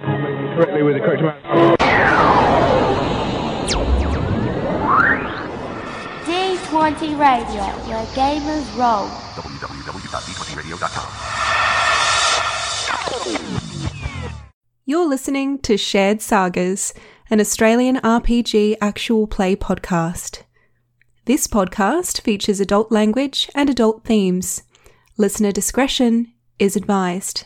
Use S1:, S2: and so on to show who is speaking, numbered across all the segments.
S1: correctly with the correct amount.
S2: D20 Radio, where gamers roll.
S3: www.b20radio.com.
S4: You're listening to Shared Sagas, an Australian RPG actual play podcast. This podcast features adult language and adult themes. Listener discretion is advised.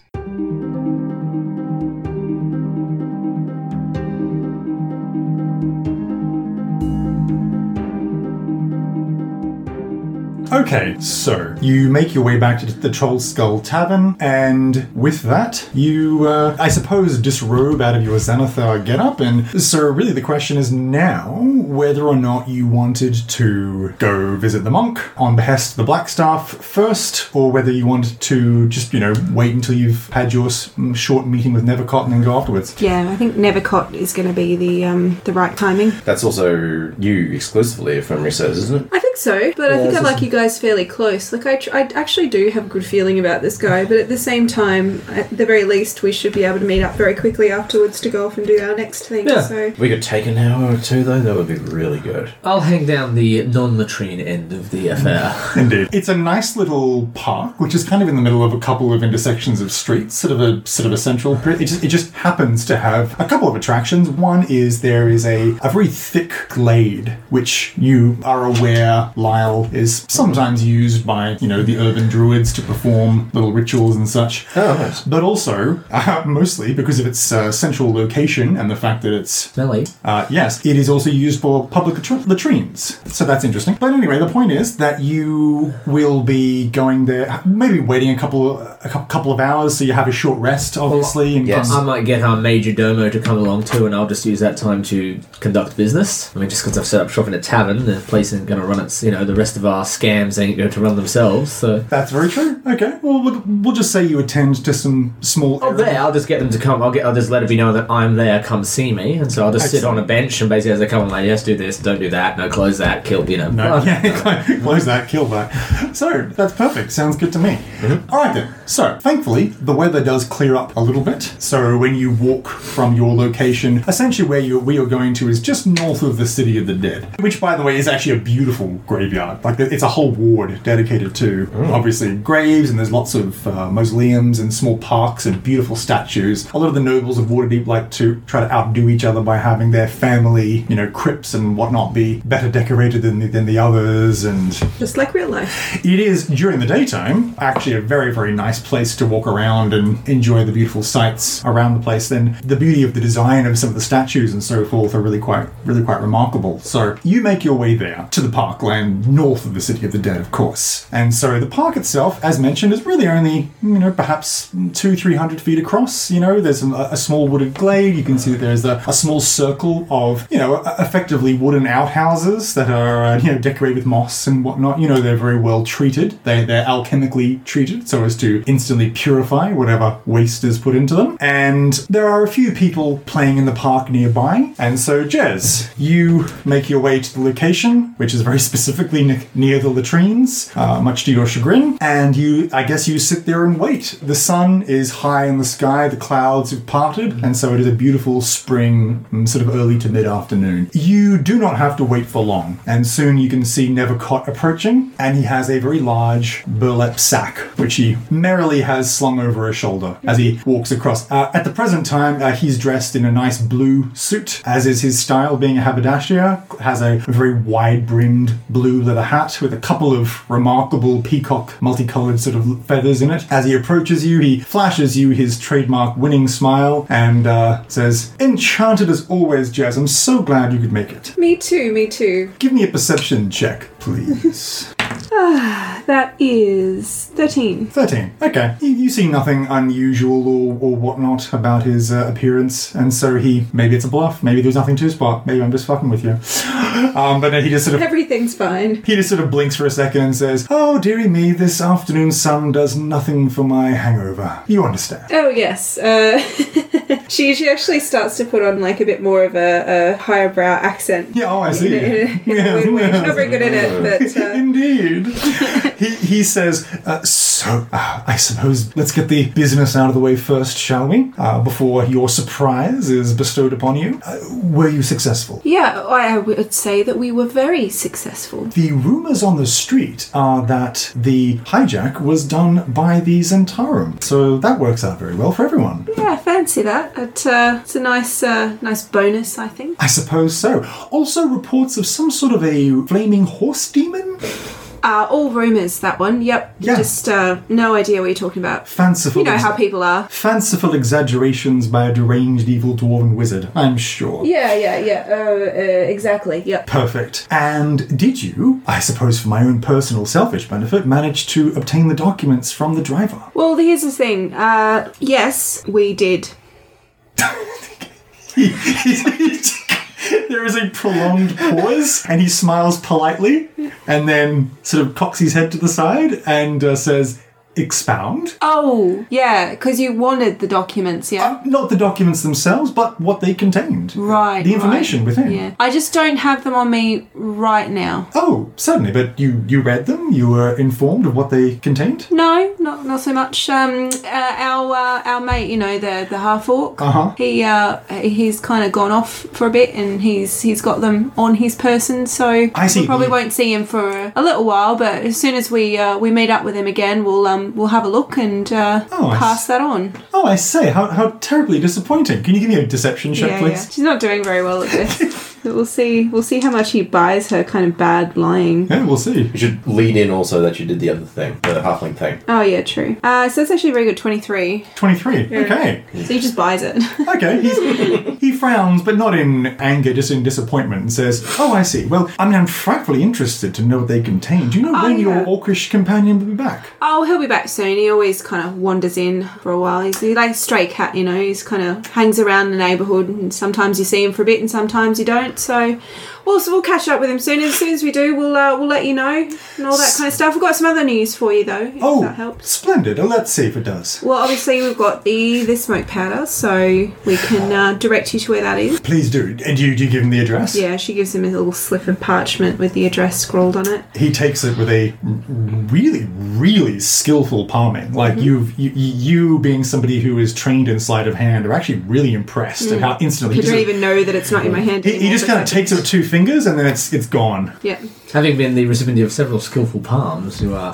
S5: Okay, so you make your way back to the Troll Skull Tavern, and with that, you, uh, I suppose, disrobe out of your Xanathar getup. And so, really, the question is now whether or not you wanted to go visit the monk on behest of the Blackstaff first, or whether you wanted to just, you know, wait until you've had your s- mm, short meeting with Nevercott and then go afterwards.
S4: Yeah, I think Nevercott is going to be the um, the right timing.
S6: That's also you exclusively, if memory serves, isn't it?
S7: I think so, but I think I like you guys fairly close. Like, I, tr- I actually do have a good feeling about this guy, but at the same time, at the very least, we should be able to meet up very quickly afterwards to go off and do our next thing.
S5: Yeah.
S7: So,
S6: We could take an hour or two, though. That would be really good.
S8: I'll hang down the non-latrine end of the affair.
S5: Indeed. It's a nice little park, which is kind of in the middle of a couple of intersections of streets, sort of a sort of a central. pri- It just, it just happens to have a couple of attractions. One is there is a, a very thick glade, which you are aware, Lyle, is sometimes used by you know the urban druids to perform little rituals and such.
S6: Oh, nice.
S5: But also, uh, mostly because of its uh, central location and the fact that it's
S8: Smelly.
S5: uh, yes, it is also used for public latr- latrines. So that's interesting. But anyway, the point is that you will be going there, maybe waiting a couple a cou- couple of hours, so you have a short rest, obviously. and
S6: Yes.
S8: I might get our major domo to come along too, and I'll just use that time to conduct business. I mean, just because I've set up shop in a tavern, the place isn't going to run its, you know, the rest of our scams ain't going to run themselves. So
S5: that's very true. Okay. Well, we'll, we'll just say you attend to some small.
S8: oh, there, I'll just get them to come. I'll get, I'll just let it be known that I'm there. Come see me, and so I'll just sit on a bench and basically as they come, I'm like, yes, do this, don't do that, no, close that, kill, you know.
S5: No, yeah, close that, kill that. So that's perfect. Sounds good to me. All right then. So thankfully, the weather does clear up a little bit. So when you walk from your location, essentially where you where you're going to is just north of the city of the dead, which by the way is actually a beautiful graveyard. Like it's a whole ward dedicated to obviously graves, and there's lots of uh, mausoleums and small parks and beautiful statues. A lot of the nobles of Waterdeep like to try to outdo each other by having their family, you know, crypts and whatnot be better decorated than the, than the others. And
S7: just like real life.
S5: it is during the daytime actually a very very nice place to walk around and enjoy the beautiful sights around the place. Then the beauty of the design of some of the statues and so forth are really quite really quite remarkable. So you make your way there to the parkland north of the city of the dead, of course. And so the park itself, as mentioned, is really only you know perhaps two three hundred feet across. You know, there's a, a small wooded glade. You can see that there's a, a small circle of you know e- effectively wooden outhouses that are uh, you know decorated with moss and whatnot. You know, they're very well treated. They they're alchemically treated so as to instantly purify whatever waste is put into them. And there are a few people playing in the park nearby. And so Jez, you make your way to the location, which is very specifically ne- near the latrines, uh, much to your chagrin. And you, I guess, you sit there and wait. The sun is high in the sky, the clouds have parted, and so it is a beautiful spring, mm, sort of early to mid afternoon. You do not have to wait for long, and soon you can see Nevercott approaching, and he has a very large burlap sack, which he merrily has slung over his shoulder as he walks across. Uh, at the present time, uh, he's dressed in a nice blue suit, as is his style, being a haberdasher, has a very wide brimmed blue leather hat with a couple of remarkable peacock multicolored sort of feathers in it. As he approaches you, he flashes you his trademark winning smile and uh, says, Enchanted as always, Jazz. I'm so glad you could make it.
S7: Me too, me too.
S5: Give me a perception check, please.
S7: That is 13.
S5: 13. Okay. You, you see nothing unusual or, or whatnot about his uh, appearance, and so he. Maybe it's a bluff, maybe there's nothing to spot, maybe I'm just fucking with you. Um, but then he just sort of
S7: Everything's fine.
S5: He just sort of blinks for a second and says, Oh, dearie me, this afternoon sun does nothing for my hangover. You understand.
S7: Oh, yes. Uh, she, she actually starts to put on like a bit more of a, a higher brow accent.
S5: Yeah, oh, I see.
S7: Yeah.
S5: Yeah.
S7: We're, we're not very good at it, but. Uh,
S5: Indeed. he, he says, uh, So, uh, I suppose let's get the business out of the way first, shall we? Uh, before your surprise is bestowed upon you. Uh, were you successful?
S7: Yeah, I I would say that we were very successful.
S5: The rumors on the street are that the hijack was done by the Zentarum, so that works out very well for everyone.
S7: Yeah, I fancy that. It, uh, it's a nice, uh, nice bonus, I think.
S5: I suppose so. Also, reports of some sort of a flaming horse demon?
S7: Uh, all rumours, that one. Yep.
S5: Yeah.
S7: Just uh, no idea what you're talking about.
S5: Fanciful.
S7: You know
S5: ex-
S7: how people are.
S5: Fanciful exaggerations by a deranged evil dwarven wizard, I'm sure.
S7: Yeah, yeah, yeah. Uh, uh, exactly. Yep.
S5: Perfect. And did you, I suppose for my own personal selfish benefit, manage to obtain the documents from the driver?
S7: Well, here's the thing. Uh, yes, we did.
S5: there is a prolonged pause, and he smiles politely, and then sort of cocks his head to the side and uh, says, "Expound."
S7: Oh, yeah, because you wanted the documents, yeah.
S5: Uh, Not the documents themselves, but what they contained.
S7: Right.
S5: Oh. The information
S7: right.
S5: within.
S7: Yeah. I just don't have them on me right now.
S5: Oh, certainly. But you you read them. You were informed of what they contained.
S7: No, not not so much. Um, uh, our uh, our mate, you know, the the half orc.
S5: Uh-huh.
S7: He uh he's kind of gone off for a bit, and he's he's got them on his person. So
S5: I see. Mm.
S7: We probably won't see him for a little while, but as soon as we uh, we meet up with him again, we'll um we'll have a look and uh,
S5: Oh, I s-
S7: pass that on.
S5: Oh, I say, how, how terribly disappointing. Can you give me a deception check,
S7: yeah, yeah.
S5: please?
S7: She's not doing very well at this. But we'll see. We'll see how much he buys her kind of bad lying.
S5: Yeah, we'll see.
S6: You should lead in also that you did the other thing, the halfling thing.
S7: Oh yeah, true. Uh, so that's actually a very good twenty-three.
S5: 23. Okay.
S7: So he just buys it.
S5: Okay. He's, he frowns, but not in anger, just in disappointment, and says, Oh, I see. Well, I mean, I'm frightfully interested to know what they contain. Do you know
S7: Oh,
S5: when
S7: yeah.
S5: your orcish companion will be back?
S7: oh, he'll be back soon. He always kind of wanders in for a while. He's he's like a stray cat, you know. He's kind of hangs around the neighbourhood, and sometimes you see him for a bit, and sometimes you don't. So, well, so we'll catch up with him soon. As soon as we do, we'll uh, we'll let you know and all that kind of stuff. We've got some other news for you though. If
S5: Oh,
S7: that helps.
S5: splendid. Oh, let's see if it does.
S7: Well, obviously we've got the the smoke powder, so we can uh, direct you to where that is.
S5: Please do. And do you, do you give him the address?
S7: Yeah, she gives him a little slip of parchment with the address scrawled on it.
S5: he takes it with a really really skillful palming like
S7: Mm-hmm.
S5: you've you, you being somebody who is trained in sleight of hand are actually really impressed at how instantly
S7: You
S5: he
S7: don't
S5: just,
S7: Mm. even know that it's not in my hand.
S5: he, he
S7: anymore,
S5: just
S7: but
S5: kind of
S7: that-
S5: takes it with two fingers and then it's it's gone
S7: Yeah.
S8: Having been the recipient of several skillful palms, you are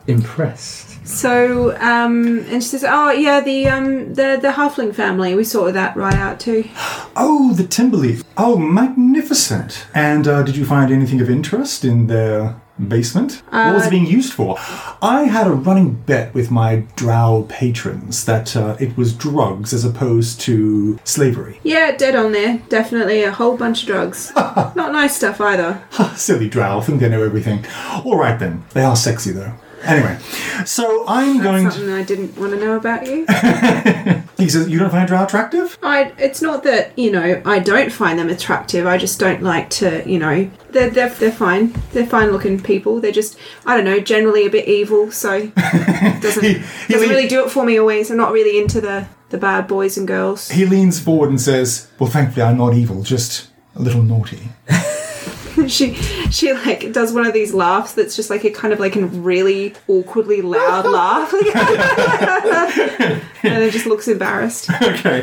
S8: impressed.
S7: So, um, and she says, "Oh, yeah, the um, the the halfling family. We sorted that right out too.
S5: oh the timberleaf oh magnificent and uh, did you find anything of interest in their basement what was it being used for i had a running bet with my drow patrons that uh, it was drugs as opposed to slavery
S7: Yeah, dead on there. Definitely a whole bunch of drugs. Not nice stuff either.
S5: Silly drow, think they know everything. All right then, they are sexy though. Anyway, so I'm going to.
S7: Something I didn't want to know about you.
S5: He says, "You don't find drow attractive?"
S7: I. It's not that you know I don't find them attractive. I just don't like to. You know, they're they're they're fine. They're fine looking people. They're just I don't know, generally a bit evil. So doesn't
S5: He- he
S7: doesn't
S5: lean-
S7: really do it for me always. I'm not really into the the bad boys and girls.
S5: He leans forward and says, "Well, thankfully, I'm not evil. Just a little naughty."
S7: she she like does one of these laughs that's just like a kind of like a really awkwardly loud laugh and then just looks embarrassed
S5: okay.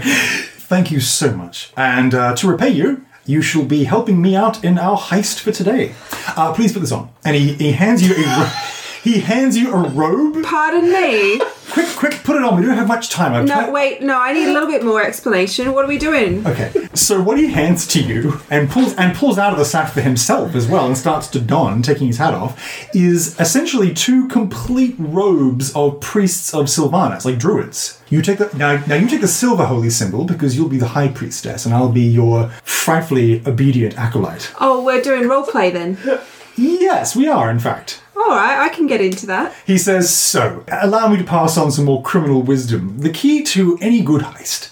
S5: Thank you so much, and uh, to repay you. You shall be helping me out in our heist for today. Uh, please put this on. And he, he hands you a ro- he hands you a robe.
S7: pardon me
S5: Quick, quick, put it on. We don't have much time. I'm
S7: no
S5: try-
S7: wait no i need a little bit more explanation what are we doing
S5: Okay. So what he hands to you and pulls and pulls out of the sack for himself as well and starts to don, taking his hat off, is essentially two complete robes of priests of Sylvanas, like druids. You take the now, now you take the silver holy symbol because you'll be the high priestess and I'll be your frightfully obedient acolyte.
S7: oh we're doing role play then
S5: Yes, we are in fact.
S7: all right i can get into that
S5: He says, So, allow me to pass on some more criminal wisdom. The key to any good heist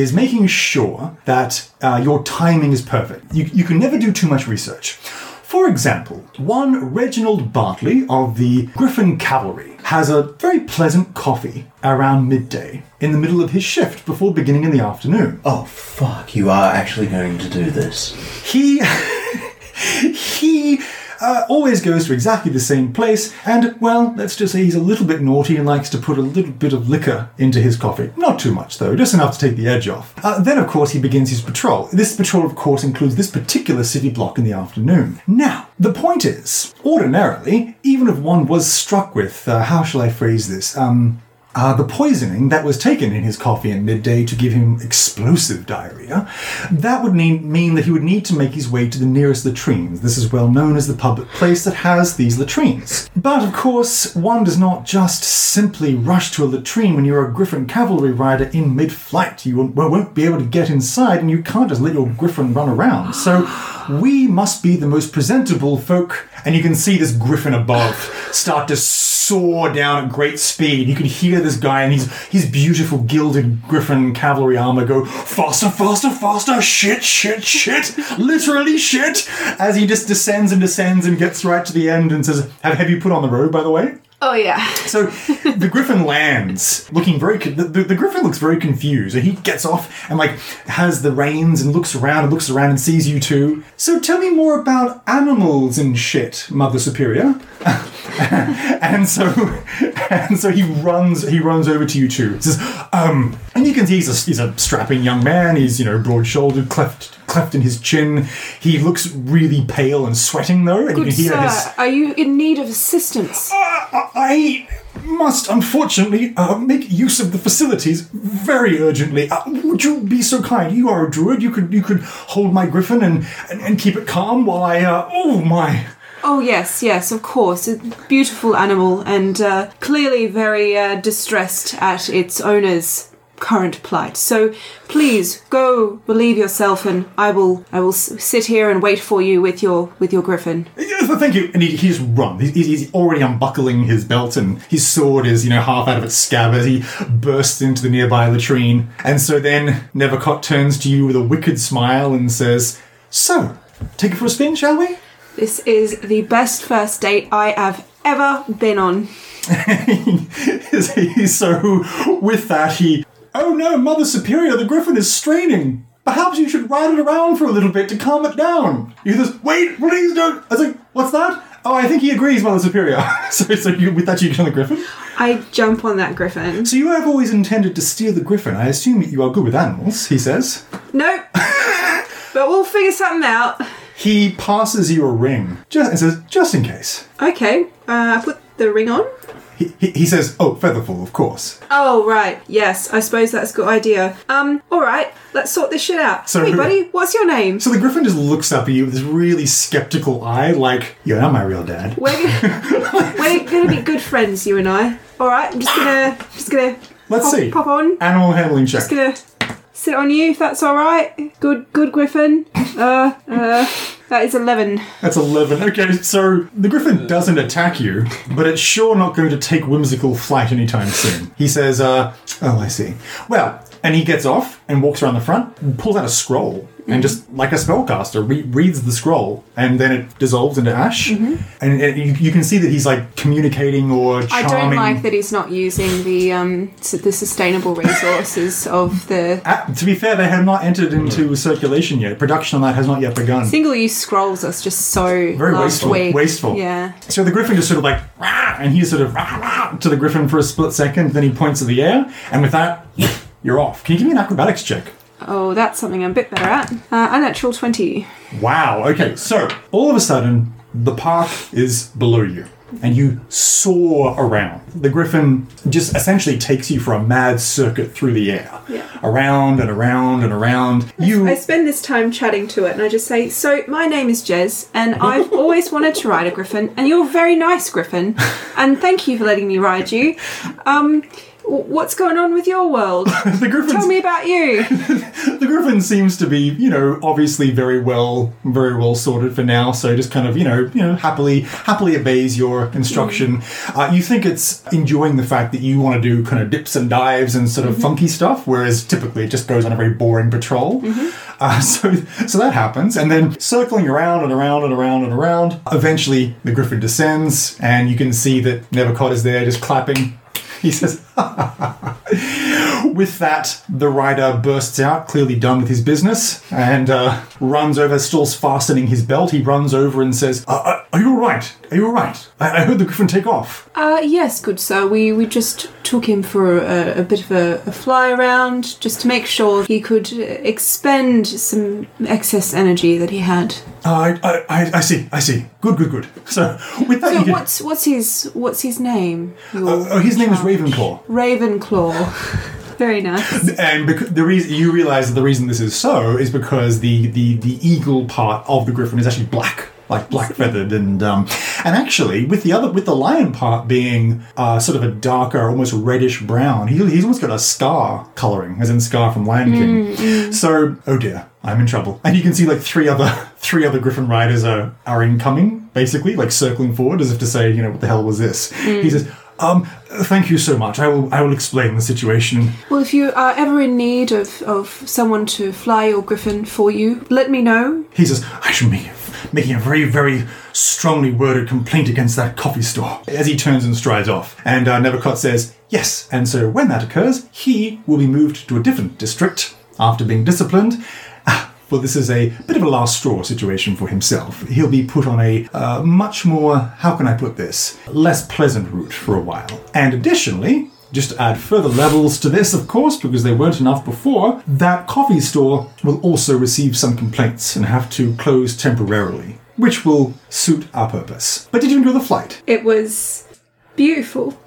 S5: is making sure that uh, your timing is perfect. You, you can never do too much research. For example, one Reginald Bartley of the Griffin Cavalry has a very pleasant coffee around midday in the middle of his shift before beginning in the afternoon.
S6: Oh fuck, you are actually going to do this.
S5: He he uh, always goes to exactly the same place, and, well, let's just say he's a little bit naughty and likes to put a little bit of liquor into his coffee. Not too much, though, just enough to take the edge off. Uh, then, of course, he begins his patrol. This patrol, of course, includes this particular city block in the afternoon. Now, the point is, ordinarily, even if one was struck with, uh, how shall I phrase this? Um, uh, the poisoning that was taken in his coffee at midday to give him explosive diarrhea, that would mean, mean that he would need to make his way to the nearest latrines. This is well known as the public place that has these latrines. But of course, one does not just simply rush to a latrine when you're a Griffin cavalry rider in mid flight. You won't, won't be able to get inside and you can't just let your Griffin run around. So we must be the most presentable folk. And you can see this Griffin above start to soar down at great speed. You can hear this guy and his his beautiful gilded griffin cavalry armor go faster, faster, faster, shit, shit, shit, literally shit, as he just descends and descends and gets right to the end and says, "Have have you put on the road, by the way?"
S7: Oh yeah.
S5: So the griffin lands, looking very. con- The, the, the griffin looks very confused, and he gets off and like has the reins and looks around and looks around and sees you two. So tell me more about animals and shit, Mother Superior. and so, and so he runs. He runs over to you two. Says, um, and you can see he's a, he's a strapping young man. He's you know broad shouldered, cleft cleft in his chin. He looks really pale and sweating though, and you
S7: Good
S5: can hear
S7: sir,
S5: his.
S7: are you in need of assistance?
S5: I must unfortunately uh, make use of the facilities very urgently. Uh, would you be so kind? You are a druid. You could you could hold my griffin and and, and keep it calm while I. Uh, oh my.
S7: Oh yes, yes, of course. A beautiful animal and uh, clearly very uh, distressed at its owner's current plight. So please go relieve yourself, and I will I will s- sit here and wait for you with your with your griffin.
S5: Yeah, th- Thank you. And he, he's run. He's, he's- he's already unbuckling his belt, and his sword is, you know, half out of its scabbard. He bursts into the nearby latrine. And so then Nevercott turns to you with a wicked smile and says, So, take it for a spin, shall we?
S7: This is the best first date I have ever been on.
S5: so with that he oh no mother superior the griffin is straining perhaps you should ride it around for a little bit to calm it down you just wait please don't i was like what's that oh i think he agrees mother superior so, so you, with that you kill the griffin
S7: I jump on that griffin.
S5: so you have always intended to steal the griffin i assume that you are good with animals he says
S7: Nope. but we'll figure something out.
S5: he passes you a ring just and says just in case
S7: Okay. Uh, I put the ring on.
S5: he, he, he says oh featherfall of course
S7: Oh right, yes, I suppose that's a good idea. Um, all right, let's sort this shit out.
S5: So-
S7: hey buddy, what's your name?
S5: so the griffin just looks up at you with this really skeptical eye like you're not my real dad
S7: We're gonna, we're gonna be good friends, you and I. All right, I'm just gonna just gonna
S5: Let's
S7: pop,
S5: see.
S7: pop on.
S5: Animal handling check.
S7: Just gonna sit on you if that's all right. Good, good Griffin. Uh, uh, that is eleven.
S5: That's 11. Okay, so the griffin doesn't attack you, but it's sure not going to take whimsical flight anytime soon. He says, uh, oh, I see. Well, and he gets off and walks around the front and pulls out a scroll and just, like a spellcaster, re- reads the scroll and then it dissolves into ash.
S7: Mm-hmm.
S5: And, and you, you can see that he's like communicating or charming.
S7: I don't like that he's not using the um s- the sustainable resources of the
S5: Ah, to be fair, they have not entered into circulation yet. Production on that has not yet begun.
S7: single use scrolls. That's just so
S5: Very
S7: last
S5: wasteful.
S7: week.
S5: Wasteful.
S7: Yeah.
S5: So the griffin just sort of like, "Rah," and he's sort of rah, rah, to the griffin for a split second. Then he points at the air, and with that, you're off. Can you give me an acrobatics check?
S7: Oh, that's something I'm a bit better at. Uh, unnatural 20.
S5: Wow. Okay. So all of a sudden, the park is below you, and you soar around. The griffin just essentially takes you for a mad circuit through the air,
S7: Yeah.
S5: around and around and around. You.
S7: I spend this time chatting to it and I just say, So, my name is Jez, and I've always wanted to ride a griffin, and you're a very nice griffin, and thank you for letting me ride you. Um, w- what's going on with your world?
S5: the griffin's
S7: Tell me about you.
S5: the griffin seems to be you know obviously very well very well sorted for now so just kind of you know you know happily happily obeys your instruction uh, you think it's enjoying the fact that you want to do kind of dips and dives and sort of funky stuff whereas typically it just goes on a very boring patrol uh, so so that happens and then circling around and around and around and around eventually the griffin descends and you can see that nevercott is there just clapping he says With that, the rider bursts out, clearly done with his business, and uh, runs over, stills fastening his belt. He runs over and says, uh, uh, Are you all right? Are you all right? I, I heard the griffin take off.
S7: Uh, yes, good sir. We, we just took him for a, a bit of a, a fly around just to make sure he could uh, expend some excess energy that he had.
S5: Uh, I, I, I- I see, I see. Good, good, good. So, with that,
S7: So
S5: you can-
S7: what's what's his what's his name?
S5: Oh, oh, his name is Ravenclaw.
S7: Ravenclaw. Very nice.
S5: And because the reason you realize that the reason this is so is because the the the eagle part of the griffin is actually black, like black feathered, and um, and actually with the other with the lion part being uh, sort of a darker, almost reddish brown. He, he's almost got a scar coloring, as in scar from Lion King. So oh dear, I'm in trouble. And you can see like three other three other griffin riders are are incoming, basically like circling forward as if to say, you know, what the hell was this? He says. Um, thank you so much. I will. I will explain the situation.
S7: Well, if you are ever in need of, of someone to fly your griffin for you, let me know.
S5: He says, I should be making a very, very strongly worded complaint against that coffee store. As he turns and strides off. And uh, Nevercott says, Yes, and so when that occurs, he will be moved to a different district after being disciplined. Ah, Well, this is a bit of a last straw situation for himself. He'll be put on a uh, much more, how can I put this, less pleasant route for a while. And additionally, just to add further levels to this, of course, because there weren't enough before, that coffee store will also receive some complaints and have to close temporarily, which will suit our purpose. But did you enjoy the flight?
S7: It was beautiful.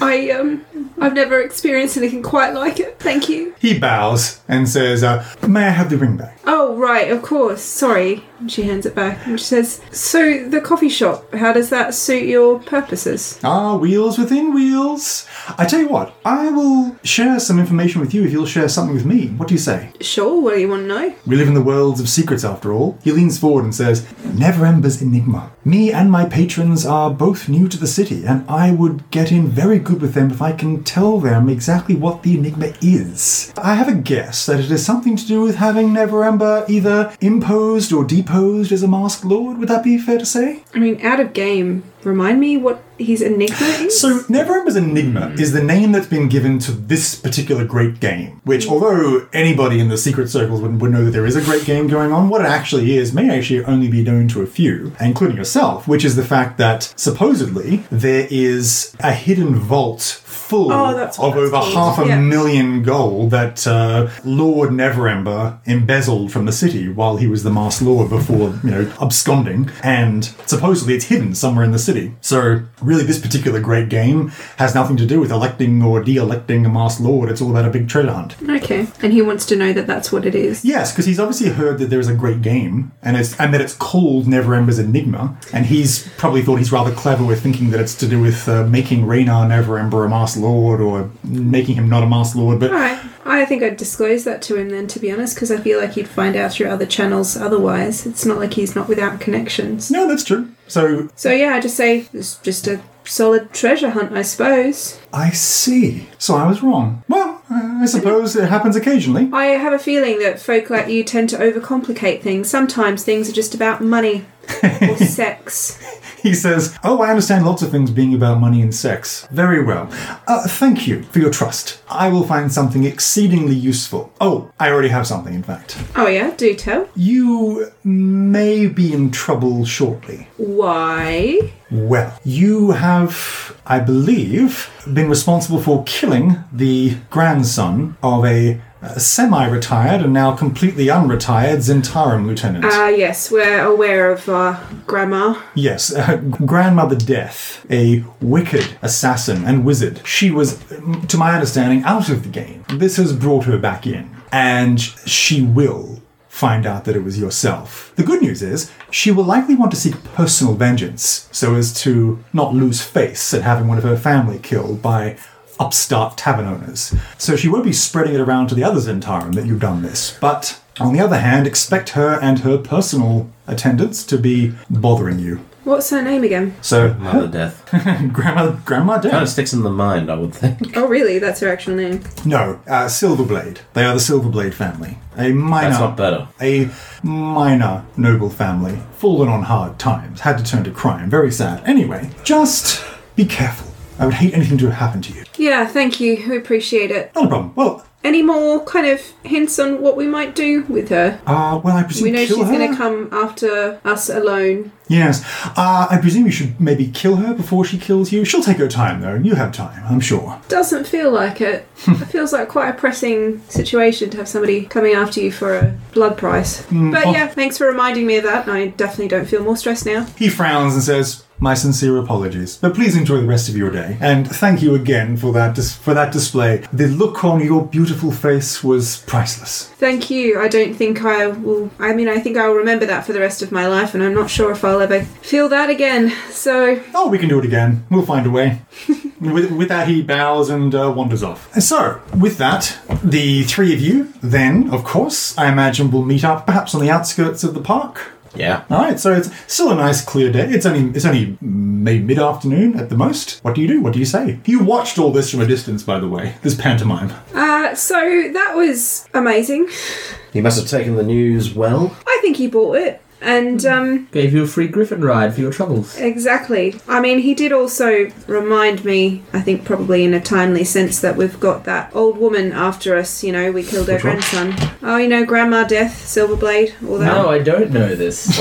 S7: I um I've never experienced anything quite like it. Thank you.
S5: He bows and says, uh, May I have the ring back?
S7: Oh right, of course. Sorry. And She hands it back and she says, "So the coffee shop, how does that suit your purposes?"
S5: Ah, wheels within wheels. I tell you what, I will share some information with you if you'll share something with me. What do you say?
S7: Sure. What do you want to know?
S5: We live in the worlds of secrets after all. He leans forward and says, Neverember's Enigma. Me and my patrons are both new to the city, and I would get in very good with them if I can tell them exactly what the Enigma is. I have a guess that it is something to do with having Neverember either imposed or deposed as a masked lord. Would that be fair to say?
S7: I mean, out of game. Remind me what his enigma is.
S5: So, Neverember's Enigma is the name that's been given to this particular great game, which,
S7: Hmm.
S5: although anybody in the secret circles would, would know that there is a great game going on, what it actually is may actually only be known to a few, including yourself, which is the fact that supposedly there is a hidden vault full
S7: Oh, that's what
S5: of
S7: that's
S5: over
S7: called,
S5: half a
S7: yeah.
S5: million gold that uh, Lord Neverember embezzled from the city while he was the Masked Lord before, you know, absconding. And supposedly it's hidden somewhere in the city. So really, this particular great game has nothing to do with electing or de-electing a Masked Lord. It's all about a big treasure hunt.
S7: Okay. And he wants to know that that's what it is.
S5: Yes, because he's obviously heard that there is a great game, and it's and that it's called Neverember's Enigma, and he's probably thought he's rather clever with thinking that it's to do with uh, making Reynar Neverember a Master Lord or making him not a Master Lord. But
S7: Alright. I think I'd disclose that to him then, to be honest, because I feel like he'd find out through other channels otherwise. It's not like he's not without connections.
S5: no, that's true. So
S7: So yeah, I just say it's just a solid treasure hunt, I suppose.
S5: I see. So I was wrong. Well, uh, I suppose it happens occasionally.
S7: I have a feeling that folk like you tend to overcomplicate things. Sometimes things are just about money or sex.
S5: He says, Oh, I understand lots of things being about money and sex. Very well. Uh, thank you for your trust. I will find something exceedingly useful. Oh, I already have something, in fact.
S7: Oh yeah, do tell.
S5: You may be in trouble shortly.
S7: Why?
S5: Well, you have, I believe, been responsible for killing the grandson of a, uh semi retired and now completely unretired Zentarum lieutenant.
S7: Ah yes, we're aware of our grandma.
S5: Yes, uh, Grandmother Death, a wicked assassin and wizard. She was, mm, to my understanding, out of the game. This has brought her back in, and she will find out that it was yourself. The good news is, she will likely want to seek personal vengeance so as to not lose face at having one of her family killed by upstart tavern owners. So she won't be spreading it around to the others in Tarim that you've done this. But on the other hand, expect her and her personal attendants to be bothering you.
S7: What's her name again?
S5: So
S6: Mother death.
S5: grandma, grandma
S6: kind of
S5: dead?
S6: sticks in the mind, I would think.
S7: Oh really, that's her actual name.
S5: No, uh, Silverblade. They are the Silverblade family. A minor,
S6: That's not better.
S5: a minor noble family, fallen on hard times, had to turn to crime. Very sad. Anyway, just be careful. I would hate anything to happen to you.
S7: Yeah, thank you. We appreciate it.
S5: Not a problem. Well,
S7: Any more kind of hints on what we might do with her?
S5: Uh, well, I presume
S7: We know she's
S5: kill her?
S7: going to come after us alone.
S5: Yes. Uh, I presume you should maybe kill her before she kills you. She'll take her time, though. You have time, I'm sure.
S7: Doesn't feel like it. it feels like quite a pressing situation to have somebody coming after you for a blood price. but
S5: oh.
S7: yeah, thanks for reminding me of that. I definitely don't feel more stressed now.
S5: He frowns and says, "My sincere apologies, but please enjoy the rest of your day, and thank you again for that dis- for that display. The look on your beautiful face was priceless."
S7: Thank you. I don't think I will. I mean, I think I'll remember that for the rest of my life, and I'm not sure if I'll ever feel that again. So,
S5: Oh, we can do it again. We'll find a way. with, with that, he bows and uh, wanders off. And So, with that, the three of you, then, of course, I imagine will meet up perhaps on the outskirts of the park.
S6: Yeah.
S5: All right, so it's still a nice clear day. It's only it's only maybe mid afternoon at the most. What do you do? What do you say? You watched all this from a distance, by the way. This pantomime.
S7: uh, so that was amazing.
S6: He must have taken the news well.
S7: I think he bought it. And um,
S8: Gave you a free griffin ride for your troubles.
S7: exactly. I mean, he did also remind me, I think probably in a timely sense, that we've got that old woman after us. You know, we killed her
S6: Which one?
S7: grandson. Oh, you know, Grandma Death, Silverblade, all that.
S8: No, I don't know this.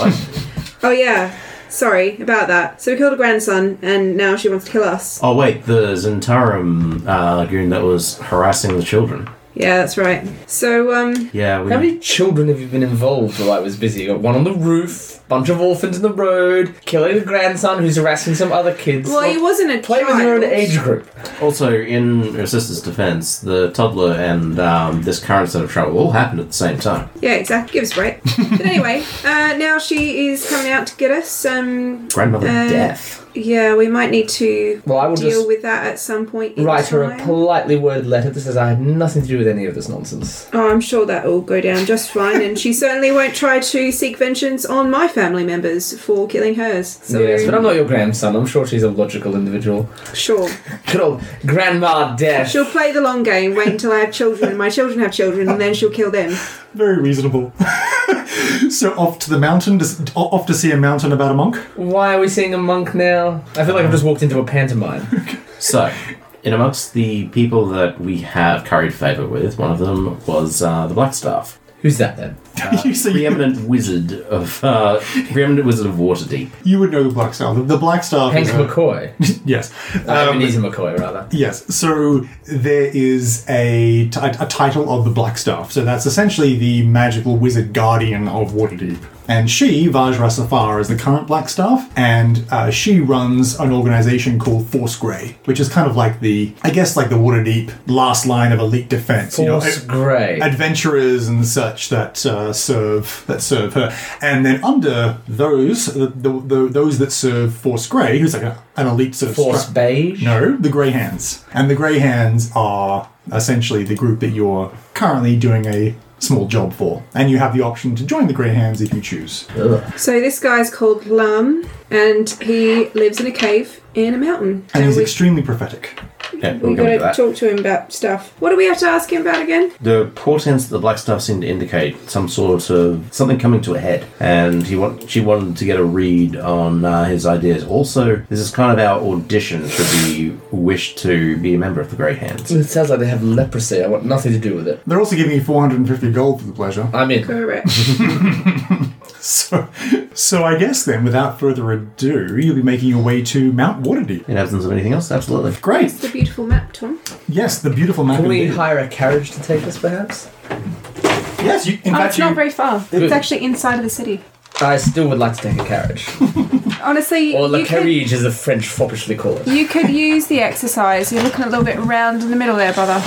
S7: Oh, yeah. Sorry about that. So we killed a grandson, and now she wants to kill us.
S6: Oh wait, the Zentarum uh, goon that was harassing the children.
S7: Yeah, that's right. So, um,
S6: Yeah, we.
S8: How many children have you been involved while I was busy? You got one on the roof, bunch of orphans in the road, killing the grandson who's harassing some other kids.
S7: Well, he wasn't a
S8: Play with your
S7: child.
S8: own age group.
S6: Also, in her sister's defense, the toddler and um, this current set of trouble all happened at the same time.
S7: Yeah, exactly. Give us a break. but anyway, uh, now she is coming out to get us. Um,
S6: Grandmother
S7: Uh,
S6: death.
S7: yeah, we might need to
S8: Well, I will
S7: deal
S8: just
S7: with that at some point. In
S8: write her
S7: time.
S8: a politely worded letter that says I had nothing to do with any of this nonsense.
S7: Oh, I'm sure that will go down just fine, and she certainly won't try to seek vengeance on my family members for killing hers. So,
S8: Yes, but I'm not your grandson. I'm sure she's a logical individual.
S7: sure.
S8: Good old Grandma Death.
S7: She'll play the long game, wait until I have children, and my children have children, and then she'll kill them.
S5: Very reasonable. so off to the mountain. Just, o- off to see a mountain about a monk.
S8: Why are we seeing a monk now? I feel like I've just walked into a pantomime.
S6: So, in amongst the people that we have curried favor with, one of them was uh, the Blackstaff,
S8: Who's that then?
S5: you see,
S6: preeminent wizard of uh, preeminent wizard of Waterdeep.
S5: you would know the black star. The, the black star.
S8: Hank
S5: is a-
S8: McCoy.
S5: Yes.
S8: Um,
S5: Um,
S8: Ebenezer McCoy, rather.
S5: Yes, so there is a ti- a title of the Black Staff. So that's essentially the magical wizard guardian of Waterdeep. And she, Vajra Safar, is the current Black Staff, and uh, she runs an organization called Force Grey, which is kind of like the, I guess, like the Waterdeep last line of elite defense. you know,
S8: Force
S5: a-
S8: Grey.
S5: adventurers and such that uh, serve that serve her, and then under those, the, the, the, those that serve Force Grey, who's like a, an elite sort of
S8: Force
S5: stru-
S8: Beige.
S5: no, the Grey Hands. And the Grey Hands are essentially the group that you're currently doing a small job for. And you have the option to join the Grey Hands if you choose.
S8: Ugh.
S7: So this guy's called Lam, and he lives in a cave in a mountain.
S5: And he's
S7: we,
S5: extremely prophetic.
S6: Yeah, we'll
S7: we
S6: go
S7: got
S6: into
S7: to
S6: that.
S7: talk to him about stuff. What do we have to ask him about again?
S6: The portents that the black staff seemed to indicate some sort of something coming to a head, and he want, she wanted to get a read on uh, his ideas. Also, this is kind of our audition should we wish to be a member of the Grey Hands.
S8: It sounds like they have leprosy. I want nothing to do with it.
S5: They're also giving you 450 gold for the pleasure.
S8: I'm in.
S7: Correct.
S5: So, so I guess then, without further ado, you'll be making your way to Mount Waterdeep.
S6: In absence of anything else, absolutely.
S5: Great.
S7: It's the beautiful map, Tom.
S5: Yes, the beautiful map.
S8: Can we
S5: indeed.
S8: hire a carriage to take us, perhaps?
S5: yes, you, in
S7: Oh,
S5: fact,
S7: it's
S5: you,
S7: not very far. It's actually inside of the city.
S8: I still would like to take a carriage.
S7: Honestly,
S8: Or le
S7: you could,
S8: carriage, as the French foppishly call it.
S7: you could use the exercise. You're looking a little bit round in the middle there, brother.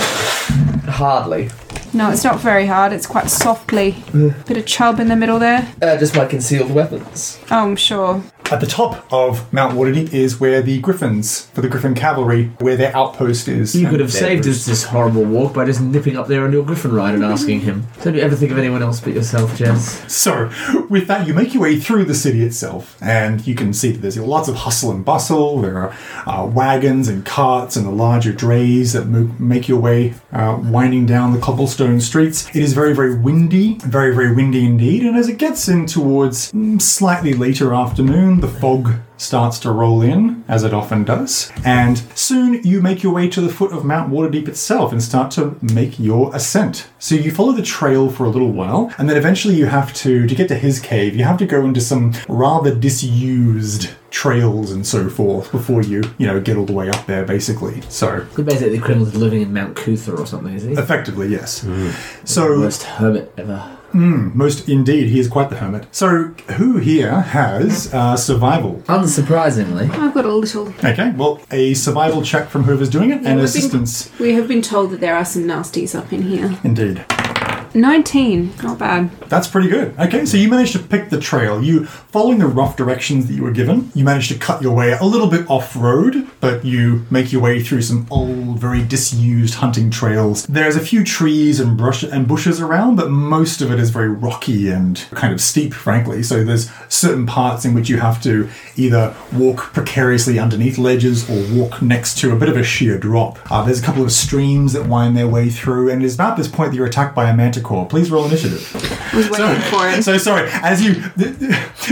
S8: Hardly.
S7: No, it's not very hard. It's quite softly. Bit of chub in the middle there.
S8: Uh, just my concealed weapons.
S7: Oh, I'm sure.
S5: At the top of Mount Waterdeep is where the Griffins, for the Griffin Cavalry, where their outpost is.
S8: You
S5: and
S8: could have
S5: their
S8: saved
S5: roost.
S8: us this horrible walk by just nipping up there on your griffin ride and asking him. Don't you ever think of anyone else but yourself, Jess?
S5: So, with that, you make your way through the city itself, and you can see that there's lots of hustle and bustle. There are uh, wagons and carts and the larger drays that mo- make your way uh, winding down the cobblestone streets. It is very, very windy, very, very windy indeed. And as it gets in towards mm, slightly later afternoon, the fog starts to roll in, as it often does, and soon you make your way to the foot of Mount Waterdeep itself and start to make your ascent. So you follow the trail for a little while, and then eventually you have to, to get to his cave, you have to go into some rather disused trails and so forth before you, you know, get all the way up there, basically. So,
S8: Could basically the criminals living in Mount Cutha or something, is he?
S5: effectively, yes. So,
S8: Worst hermit ever.
S5: most indeed, he is quite the hermit. So, who here has uh, survival?
S8: Unsurprisingly,
S7: I've got a little.
S5: Okay, well, a survival check from whoever's doing it and
S7: we've
S5: assistance.
S7: Been, we have been told that there are some nasties up in here.
S5: Indeed.
S7: 19. Not bad.
S5: That's pretty good. Okay, so you managed to pick the trail. You, following the rough directions that you were given, you managed to cut your way a little bit off road, but you make your way through some old, very disused hunting trails. There's a few trees and brush and bushes around, but most of it is very rocky and kind of steep, frankly. So there's certain parts in which you have to either walk precariously underneath ledges or walk next to a bit of a sheer drop. Uh, there's a couple of streams that wind their way through, and it's about this point that you're attacked by a manticore. Please roll initiative.
S7: was waiting for it.
S5: So sorry. As you,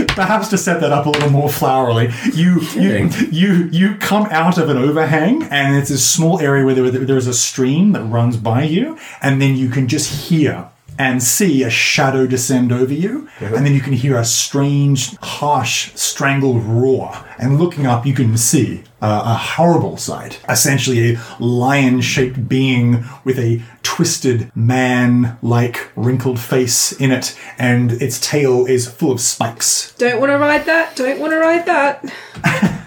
S5: perhaps to set that up a little more flowery, you you,
S6: Kidding.
S5: you you come out of an overhang, and it's a small area where there, there is a stream that runs by you, and then you can just hear and see a shadow descend over you, and then you can hear a strange, harsh, strangled roar. And looking up, you can see. Uh, a horrible sight. Essentially, a lion shaped being with a twisted man like wrinkled face in it, and its tail is full of spikes.
S7: Don't want to ride that. Don't want to ride that.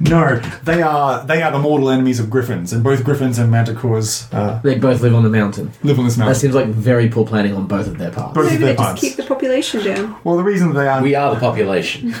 S5: No, they are they are the mortal enemies of griffins, and both griffins and manticores uh,
S8: they both live on the mountain.
S5: live on this
S8: That
S5: mountain.
S8: seems like very poor planning on both of their parts.
S5: Both of
S7: Maybe they
S5: their
S7: just
S5: parts.
S7: keep the population down.
S5: Well, the reason they are
S6: We are the population.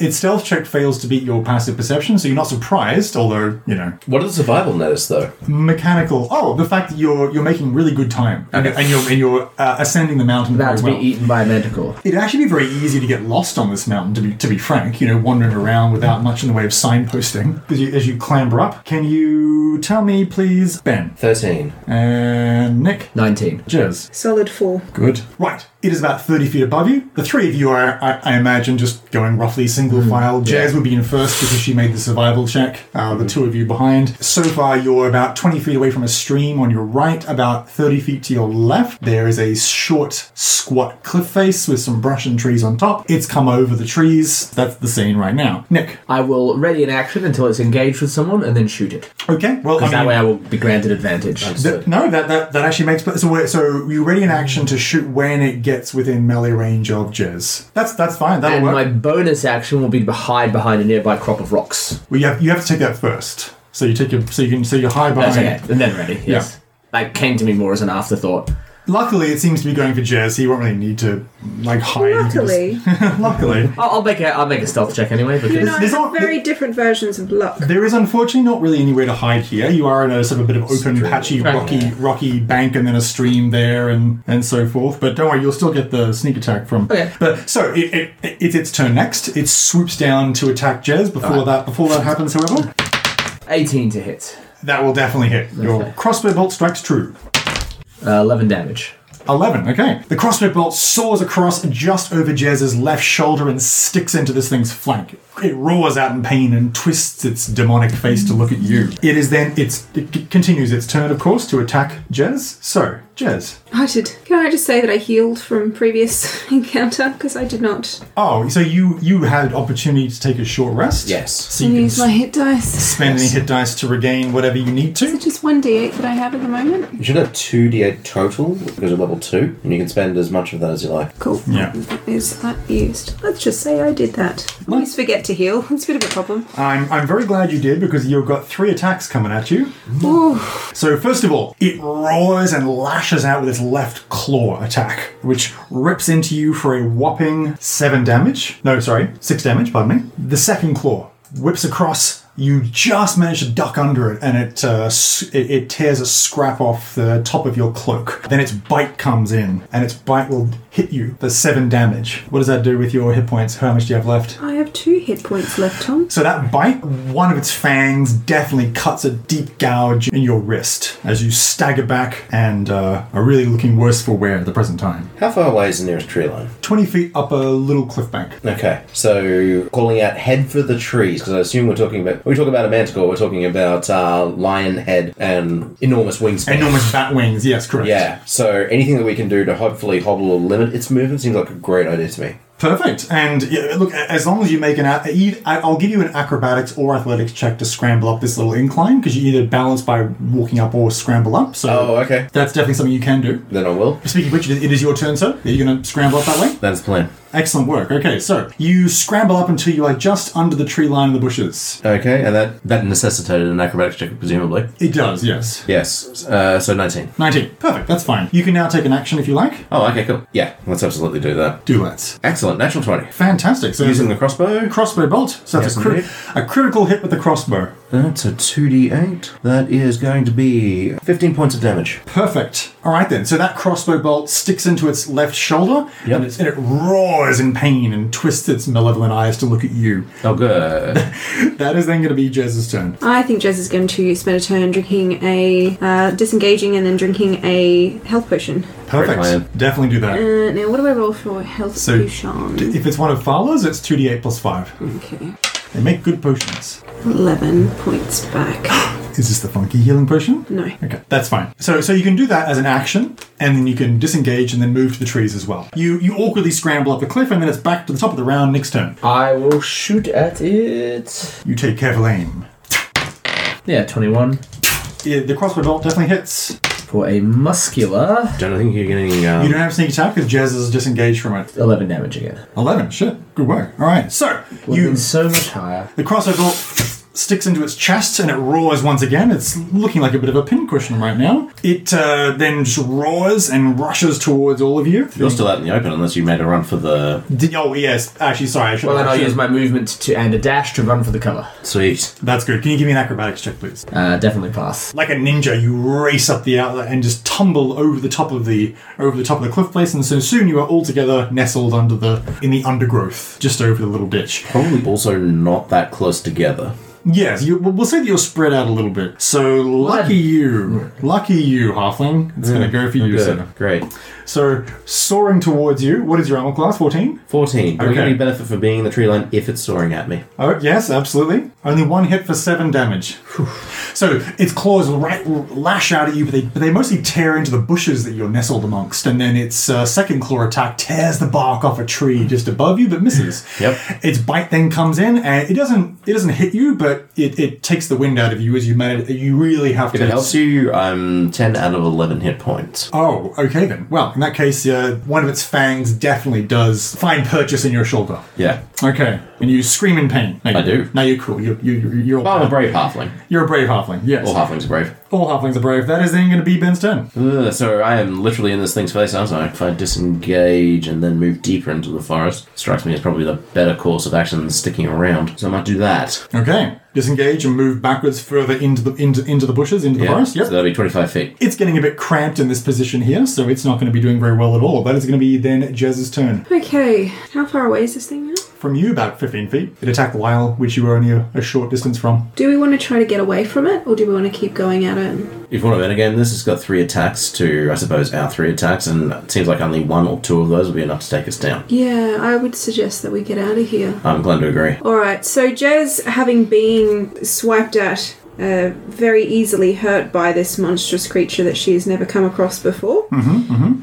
S5: its stealth check fails to beat your passive perception, so you're not surprised. Although you know,
S6: what does the survival notice though?
S5: mechanical. Oh, the fact that you're you're making really good time, and, and you're and you're uh, ascending the mountain. very
S8: About to be
S5: well.
S8: eaten by a manticore.
S5: It'd actually be very easy to get lost on this mountain, to be to be frank. You know, wandering around without much in the way of signposting. As you, as you clamber up, can you tell me, please, Ben
S6: Thirteen.
S5: and Nick?
S8: 19.
S5: Jez.
S7: Solid four.
S5: Good. Right. It is about thirty feet above you. The three of you are, I, I imagine, just going roughly single file.
S8: Mm,
S5: Jez would be in first because she made the survival check. Uh, the two of you behind. So far, you're about twenty feet away from a stream on your right. About thirty feet to your left, there is a short, squat cliff face with some brush and trees on top. It's come over the trees. That's the scene right now. Nick.
S8: I will ready an action until it's engaged with someone and then shoot it.
S5: Okay. Well, I
S8: Because that
S5: mean-
S8: way I will be granted advantage.
S5: Th- no, that, that that actually makes so. We're, so you ready in action
S8: Mm.
S5: to shoot when it gets within melee range of Jez. That's that's fine. That'll
S8: And
S5: work.
S8: my bonus action will be to hide behind a nearby crop of rocks.
S5: Well, you have, you have to take that first. So you take your so you can so you high behind.
S8: That's okay. And then ready, yes. That came to me more as an afterthought.
S5: Luckily, it seems to be going for Jez. He won't really need to like hide. You can just-
S7: Luckily.
S5: luckily,
S8: I'll, I'll make a I'll make a stealth check anyway because
S7: No,
S5: There's
S7: I have
S5: not-
S7: very different versions of luck.
S5: there is unfortunately not really anywhere to hide here. You are in a sort of a bit of open, patchy, rocky, rocky bank, and then a stream there, and and so forth. But don't worry, you'll still get the sneak attack from.
S8: Okay.
S5: But so it, it, it it's its turn next. It swoops down to attack Jez. Before that, before that happens, however,
S8: 18 to hit,
S5: that will definitely hit. Your crossbow bolt strikes true.
S8: uh, 11 damage.
S5: 11, okay. The crossbow bolt soars across just over Jez's left shoulder and sticks into this thing's flank. It roars out in pain and twists its demonic face to look at you. It is then, it's, it c- continues its turn, of course, to attack Jez. So, Jez.
S7: I did. Can I just say that I healed from previous encounter because I did not
S5: Oh, so you you had opportunity to take a short rest?
S6: Yes.
S5: So you can
S7: use my hit dice.
S5: spend any hit dice to regain whatever you need to?
S7: Is it just one d8 that I have at the moment?
S6: You should have two d8 total because of level two, and you can spend as much of that as you like.
S7: Cool.
S5: Yeah.
S7: That is that used. Let's just say I did that. I always forget to heal. It's a bit of a problem.
S5: I'm, I'm very glad you did because you've got three attacks coming at you.
S7: Ooh.
S5: So first of all, it roars and lashes out with its left claw attack, which rips into you for a whopping seven damage. No, sorry, six damage, pardon me. The second claw whips across, You just manage to duck under it, and it, uh, s- it it tears a scrap off the top of your cloak. Then its bite comes in, and its bite will hit you for seven damage. What does that do with your hit points? How much do you have left?
S7: I have two hit points left, Tom.
S5: So that bite, one of its fangs definitely cuts a deep gouge in your wrist as you stagger back and uh, are really looking worse for wear at the present time.
S6: How far away is the nearest tree line?
S5: 20 feet up a little cliff bank.
S6: Okay, so calling out head for the trees because I assume we're talking about we talk about a manticore. We're talking about uh, lion head and enormous wingspan.
S5: Enormous bat wings, yes, correct.
S6: Yeah. So anything that we can do to hopefully hobble or limit its movement seems like a great idea to me.
S5: Perfect. And yeah, look, as long as you make an, a- e- I- I'll give you an acrobatics or athletics check to scramble up this little incline because you either balance by walking up or scramble up. So
S6: Oh, okay.
S5: that's definitely something you can do.
S6: Then I will.
S5: Speaking of which, it is your turn, sir. Are you going to scramble up that way?
S6: That's the plan.
S5: Excellent work. Okay, so you scramble up until you are just under the tree line of the bushes.
S6: Okay, and that that necessitated an acrobatics check, presumably.
S5: It does, yes.
S6: Yes. Uh, so nineteen.
S5: 19. Perfect, that's fine. You can now take an action if you like.
S6: Oh, okay, cool. Yeah, let's absolutely do that.
S5: Do that.
S6: Excellent. Natural twenty.
S5: Fantastic. So
S6: Using the crossbow.
S5: crossbow bolt. So that's
S6: Yes,
S5: a, crit-
S6: indeed.
S5: a critical hit with the crossbow.
S6: That's a two d eight. That is going to be fifteen points of damage.
S5: Perfect. All right then. So that crossbow bolt sticks into its left shoulder,
S6: Yep.
S5: and, it's, and it roars in pain and twists its malevolent eyes to look at you.
S6: Oh, good.
S5: That is then going to be Jez's turn.
S7: I think Jez is going to spend a turn drinking a uh, disengaging and then drinking a health potion.
S5: Perfect.
S6: plan.
S5: Definitely do that.
S7: Uh, now, what do I roll for health
S5: So-
S7: potion?
S5: If it's one of Fowler's, it's two d eight plus five.
S7: Okay,
S5: They make good potions.
S7: eleven points back.
S5: Is this the funky healing potion?
S7: No.
S5: Okay, that's fine. So, so you can do that as an action, and then you can disengage and then move to the trees as well. You you awkwardly scramble up the cliff, and then it's back to the top of the round next turn.
S8: I will shoot at it.
S5: You take careful aim.
S8: Yeah, 21
S5: Yeah, the crossbow bolt definitely hits.
S8: for a muscular
S6: Don't think you're getting.
S5: You
S6: Um,
S5: don't have sneak attack because Jez is disengaged from it.
S8: 11 damage again.
S5: 11, shit, good work. All right, so
S8: Would have
S5: you
S8: been so much higher.
S5: the crossbow bolt sticks into its chest and it roars once again. It's looking like a bit of a pincushion right now. It uh, then just roars and rushes towards all of you.
S6: you're still out in the open unless you made a run for the
S5: Did- oh yes, actually, sorry, I should.
S8: Well, then I'll
S5: I should-
S8: use my movement to and a dash to run for the cover.
S6: sweet.
S5: That's good. Can you give me an acrobatics check, please?
S8: Uh, definitely pass.
S5: like a ninja, you race up the outlet and just tumble over the top of the over the top of the cliff place, and so soon you are all together nestled under the in the undergrowth, just over the little ditch.
S6: Probably also not that close together.
S5: Yes, you, we'll we'll say that you're spread out a little bit. So lucky you, lucky you, halfling. It's going to go for you, sir.
S6: Great.
S5: So soaring towards you. What is your armor class? Fourteen.
S6: 14. Do I get
S5: Okay.
S6: any benefit for being in the tree line if it's soaring at me?
S5: Oh yes, absolutely. Only one hit for seven damage. So its claws right, lash out at you, but they, but they mostly tear into the bushes that you're nestled amongst, and then its uh, second claw attack tears the bark off a tree just above you, but misses.
S6: Yep.
S5: Its bite then comes in, and it doesn't it doesn't hit you, but it, it takes the wind out of you as you manage. You really have
S6: If
S5: to.
S6: it helps you, I'm 10 out of 11 hit points.
S5: Oh, okay then. Well, in that case, uh, one of its fangs definitely does find purchase in your shoulder.
S6: Yeah.
S5: Okay, and you scream in pain. No, you-
S6: I do.
S5: No, you're cool. You're you're, you're all
S6: Well, I'm a
S5: bad.
S6: brave halfling.
S5: You're a brave halfling, yes.
S6: All halflings are brave.
S5: All halflings are brave. That is then going to be Ben's turn.
S6: Ugh, Uh, so I am literally in this thing's face, aren't I? If I disengage and then move deeper into the forest, strikes me as probably the better course of action than sticking around. So I might do that.
S5: Okay. Disengage and move backwards further into the into, into the bushes, into the
S6: Yeah.
S5: forest. Yep.
S6: So that'll be 25 feet.
S5: it's getting a bit cramped in this position here, so it's not going to be doing very well at all. That is going to be then Jez's turn.
S7: Okay, how far away is this thing now?
S5: From you, about 15 feet. It attacked Lyle, which you were only a, a short distance from.
S7: Do we want to try to get away from it, or do we want to keep going at it? and-
S6: If you want to metagame this, it's got three attacks to, I suppose, our three attacks, and it seems like only one or two of those will be enough to take us down.
S7: Yeah, I would suggest that we get out of here.
S6: I'm glad to agree.
S7: All right. So Jez, having been swiped at, uh, very easily hurt by this monstrous creature that she has never come across before,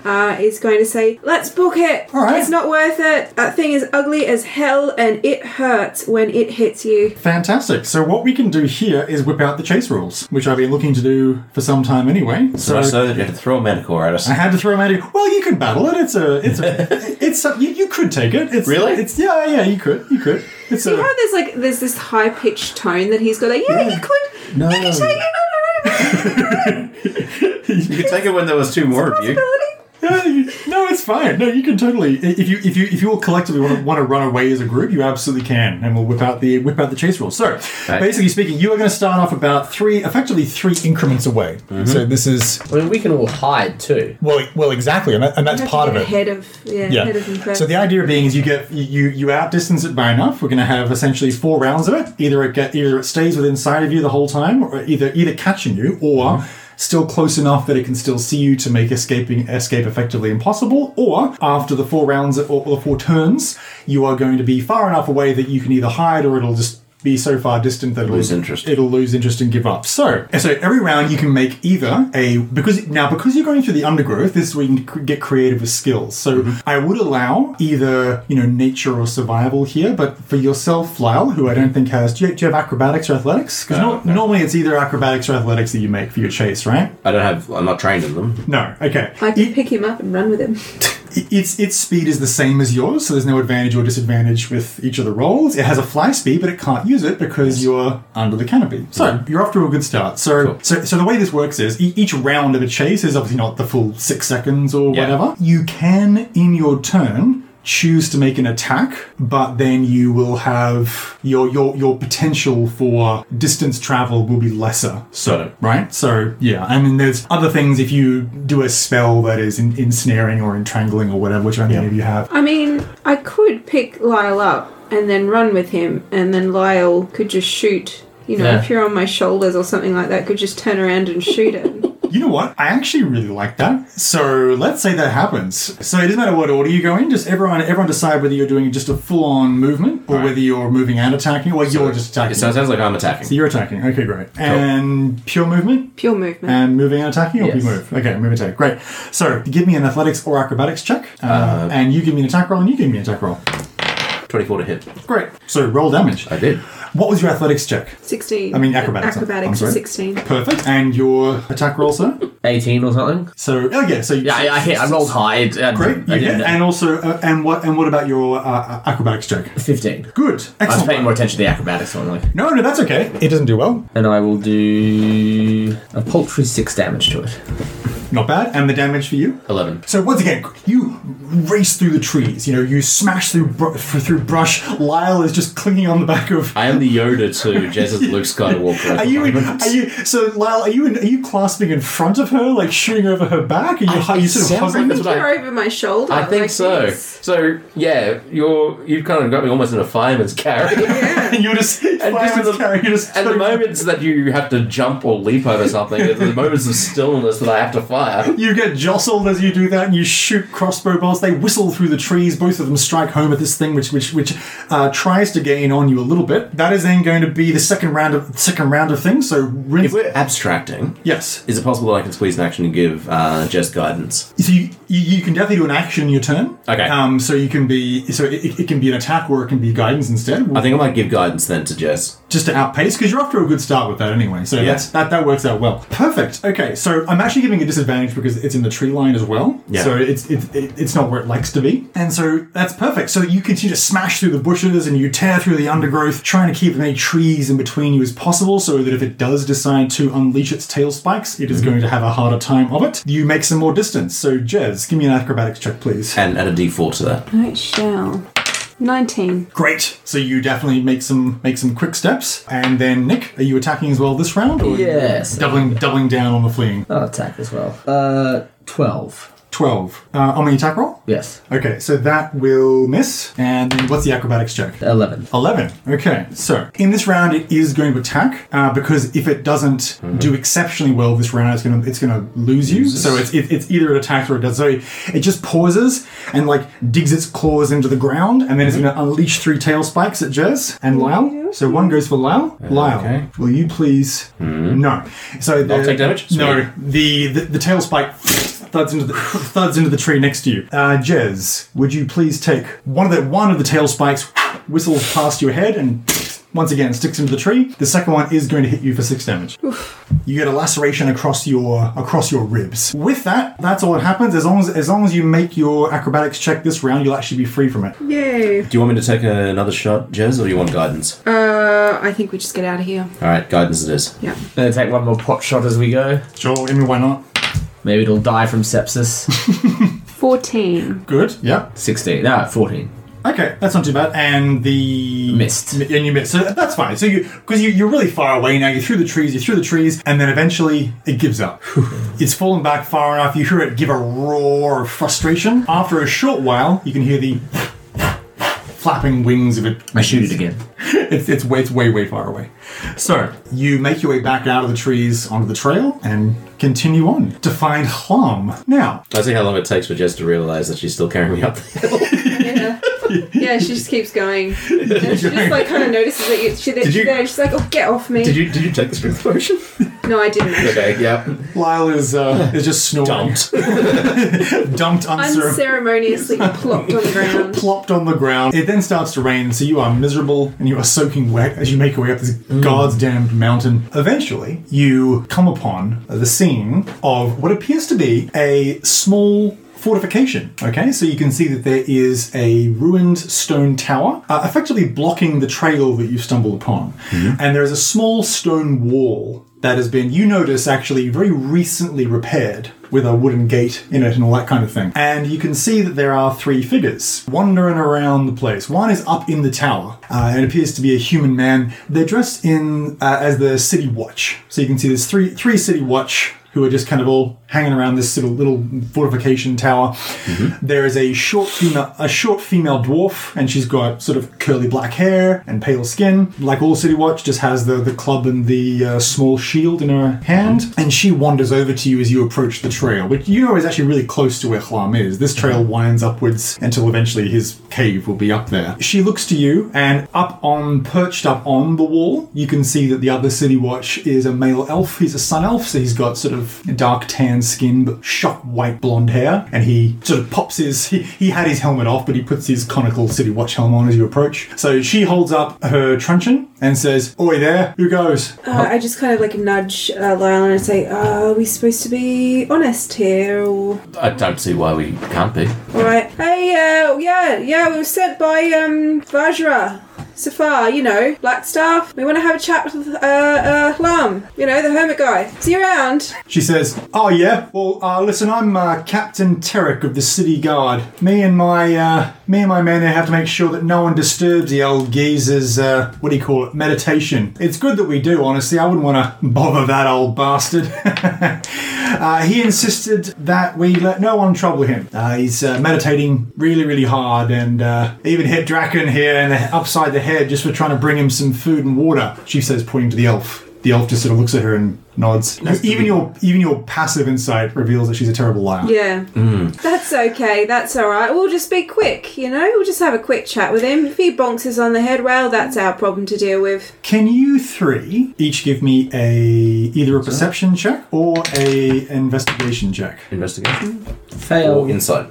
S7: Uh, is going to say, "Let's book it.
S5: Mm-hmm, All right.
S7: It's not worth it. That thing is ugly as hell, and it hurts when it hits you."
S5: Fantastic. So what we can do here is whip out the chase rules, which I've been looking to do for some time anyway.
S6: So much so that you had to throw a manticore at us.
S5: I had to throw him at you. Well, you can battle it. It's a, it's a, it's a, you, you could take it. It's
S6: Really?
S5: It's yeah, yeah. You could, you could. It's
S7: See
S5: a,
S7: how there's like there's this high pitched tone that he's got. Like, yeah, you could.
S6: No.
S7: You could take it.
S6: You could take it when there was two more of you.
S5: no, you- no, it's fine. No, you can totally. If you if you if you all collectively want to, want to run away as a group, you absolutely can, and we'll whip out the whip out the chase rules. So,
S6: Right.
S5: basically speaking, you are going to start off about three, effectively three increments away. So this is
S1: I mean, we can all hide too.
S5: well, well, exactly, and, that, and that's part of it.
S7: Ahead of yeah, ahead of
S5: Yeah.
S7: impress.
S5: So the idea being is you get you you outdistance it by enough. We're going to have essentially four rounds of it. Either it get either it stays within sight of you the whole time, or either either catching you, or
S6: Mm-hmm.
S5: still close enough that it can still see you to make escaping escape effectively impossible. Or after the four rounds or, or the four turns, you are going to be far enough away that you can either hide or it'll just be so far distant that it'll
S6: Lose interest.
S5: it'll lose interest and give up. So, so every round you can make either a because now because you're going through the undergrowth, this is where you can cr- get creative with skills. So I would allow either you know nature or survival here, but for yourself, Lyle, who I don't think has, do you, do you have acrobatics or athletics? Because normally it's either acrobatics or athletics that you make for your chase, right?
S6: I don't have. I'm not trained in them.
S5: No, okay. E-
S7: I can pick him up and run with him.
S5: I- its its speed is the same as yours, so there's no advantage or disadvantage with each of the rolls. It has a fly speed, but it can't use it because you're under the canopy. So you're off to a good start. So, so so the way this works is e- each round of a chase is obviously not the full six seconds or
S6: Yeah.
S5: whatever. You can, in your turn. Choose to make an attack, but then you will have your your your potential for distance travel will be lesser.
S6: So
S5: Right? So, yeah. I mean, there's other things if you do a spell that is in, ensnaring or entangling or whatever, which I think of you have.
S7: I mean, I could pick Lyle up and then run with him, and then Lyle could just shoot. You know,
S8: Yeah.
S7: if you're on my shoulders or something like that, could just turn around and shoot it.
S5: You know what? I actually really like that. So, let's say that happens. So, it doesn't matter what order you go in, just everyone everyone decide whether you're doing just a full on movement or whether you're moving and attacking or you're just attacking.
S6: So it sounds like I'm attacking.
S5: So you're attacking. Okay, great. And pure movement?
S7: Pure movement.
S5: And moving and attacking, or
S8: Yes.
S5: you move. Okay, move attack. Great. So, give me an athletics or acrobatics check, uh, and you give me an attack roll, and you give me an attack roll.
S6: 24 to hit.
S5: Great. So, roll damage.
S6: I did.
S5: What was your athletics check?
S7: 16.
S5: I mean, acrobatics. I'm
S7: Acrobatics,
S5: sorry.
S7: 16.
S5: Perfect. And your attack roll, sir?
S8: 18 or something.
S5: So, oh yeah, so
S8: Yeah, I, I hit. I rolled high. It- I-
S5: Great,
S8: I
S5: you
S8: didn't-
S5: hit. And also, uh, and what and what about your uh, acrobatics check?
S8: 15.
S5: Good,
S8: I was
S5: excellent.
S8: paying more attention to the acrobatics one, like.
S5: No, no, that's okay. It doesn't do well.
S8: And I will do a paltry six damage to it.
S5: Not bad. And the damage for you?
S6: 11.
S5: So once again, you race through the trees. You know, you smash through br- through brush. Lyle is just clinging on the back of.
S6: I am the Yoda to Jez's Luke Skywalker.
S5: Are you? In, are you? So Lyle, are you? In, are you clasping in front of her, like shooting over her back? Are you?
S6: I-
S5: are you
S6: it
S5: sort of
S6: sounds
S5: hovering?
S6: like
S7: You're
S6: That's what I-
S7: over my shoulder.
S6: I think
S7: like
S6: so.
S7: this.
S6: So yeah, you're you've kind of got me almost in a fireman's carry.
S5: and you're just
S6: And just
S5: flying
S6: at
S5: with
S6: the,
S5: the carry. You're just
S6: and the moments that you have to jump or leap over something, are the moments of stillness that I have to fire.
S5: You get jostled as you do that, and you shoot crossbow bolts. They whistle through the trees. Both of them strike home at this thing, which which which uh, tries to gain on you a little bit. That is then going to be the second round of second round of things. So rinse.
S6: If we're abstracting,
S5: yes.
S6: is it possible that I can squeeze an action and give uh, Jess guidance?
S5: So you, you, you can definitely do an action in your turn.
S6: Okay.
S5: Um. So you can be so it, it can be an attack or it can be guidance instead,
S6: I think I might give guidance then to Jess.
S5: just to outpace because you're off to a good start with that anyway. So that's, that that works out well. Perfect. Okay. So I'm actually giving a disadvantage because it's in the tree line as well.
S6: Yeah.
S5: So it's it, it, it's not where it likes to be, and so that's perfect. So you continue to smash through the bushes and you tear through the undergrowth, trying to keep as many trees in between you as possible, so that if it does decide to unleash its tail spikes, it is going to have a harder time of it. You make some more distance. So Jez, give me an acrobatics check, please.
S6: And add a D4 to that.
S4: I shall.
S7: 19.
S5: Great. So you definitely make some make some quick steps, and then Nick, are you attacking as well this round? Or
S8: Yes.
S5: Doubling doubling down on the fleeing.
S8: I'll attack as well. Uh, 12.
S5: Twelve uh, on the attack roll.
S8: Yes.
S5: Okay, so that will miss. And then what's the acrobatics check?
S8: 11.
S5: 11. Okay, so in this round it is going to attack uh, because if it doesn't do exceptionally well this round, it's gonna it's gonna lose you. So it's it, it's either it attacks or it does. So it just pauses and like digs its claws into the ground, and then it's gonna unleash three tail spikes at Jez and Lyle. So one goes for Lyle. Lyle,
S6: Okay.
S5: will you please? No. So the,
S6: I'll take damage?
S5: Uh, No,
S6: Sweet.
S5: the, the the tail spike thuds into the thuds into the tree next to you. Uh, Jez, would you please take one of the one of the tail spikes whistles past your head and once again sticks into the tree. The second one is going to hit you for six damage. You get a laceration across your across your ribs. With that, that's all that happens. As long as as long as you make your acrobatics check this round, you'll actually be free from it.
S7: Yay.
S6: Do you want me to take another shot, Jez, or you want guidance?
S7: Uh, I think we just get out of here.
S6: All right, guidance it is.
S7: Yeah.
S8: Gonna take one more pot shot as we go.
S5: Sure, I mean why not?
S8: Maybe it'll die from sepsis.
S7: Fourteen.
S5: Good. Yeah.
S8: 16. No, 14.
S5: Okay, that's not too bad. And the
S8: Missed.
S5: and you missed. So that's fine. So you because you, you're really far away now. You're through the trees. You're through the trees, and then eventually it gives up. it's fallen back far enough. You hear it give a roar of frustration. After a short while, you can hear the flapping wings of it.
S8: I shoot it again.
S5: It's, it's way it's way way far away. So you make your way back out of the trees onto the trail and continue on to find Hlam. Now
S6: I see how long it takes for Jess to realise that she's still carrying me up the hill.
S7: Yeah. Yeah, she just keeps going. And she just like kind of notices that you, she, that
S6: Did
S7: she's
S6: you-
S7: there. and She's like, "Oh, get off me!"
S6: Did you did you take the strength potion?
S7: no, I didn't. actually.
S6: okay, yeah.
S5: Lyle is uh, is just snoring,
S6: Dumped.
S5: dumped, dumped uncer-
S7: Unceremoniously plopped on the ground.
S5: plopped on the ground. It then starts to rain, so you are miserable and you are soaking wet as you make your way up this God's damned mountain. Eventually, you come upon the scene of what appears to be a small fortification. Okay, so you can see that there is a ruined stone tower, uh, effectively blocking the trail that you stumble upon. And there is a small stone wall that has been, you notice, actually very recently repaired with a wooden gate in it and all that kind of thing. And you can see that there are three figures wandering around the place. One is up in the tower. Uh, it appears to be a human man. They're dressed in uh, as the city watch. So you can see there's three three city watch who are just kind of all hanging around this little, little fortification tower. There is a short female, a short female dwarf, and she's got sort of curly black hair and pale skin. Like all City Watch, just has the the club and the uh, small shield in her hand, and she wanders over to you as you approach the trail, which you know is actually really close to where Hlam is. This trail winds upwards until eventually his cave will be up there. She looks to you, and up on, perched up on the wall, you can see that the other City Watch is a male elf. He's a sun elf, so he's got sort of dark tan skin, but shot white blonde hair. And he sort of pops his, he, he had his helmet off, but he puts his conical City Watch helm on as you approach. So she holds up her truncheon and says, Oi there, who goes?
S7: Uh, I just kind of like nudge uh, Lyle and I say, uh, "Are we supposed to be honest here, or
S6: I don't see why we can't be.
S7: all right?" Hey, uh, yeah, yeah, we were sent by um Vajra. Safar, you know, Black Staff. We want to have a chat with uh, uh, Lam, you know, the hermit guy. See you around.
S5: She says, Oh, yeah? Well, uh, listen, I'm uh, Captain Terek of the City Guard. Me and my uh, me and my men here have to make sure that no one disturbs the old geezer's, uh, what do you call it, meditation. It's good that we do, honestly. I wouldn't want to bother that old bastard. Uh, he insisted that we let no one trouble him. Uh, he's uh, meditating really, really hard and uh, even hit Draken here and upside the head just for trying to bring him some food and water. She says, pointing to the elf. The elf just sort of looks at her and nods. Even your even your passive insight reveals that she's a terrible liar.
S7: Yeah. That's okay. That's all right. We'll just be quick, you know? We'll just have a quick chat with him. If he bonks us on the head, well, that's our problem to deal with.
S5: Can you three each give me a either a perception check or a investigation check?
S6: Investigation? Or
S1: Fail.
S6: insight.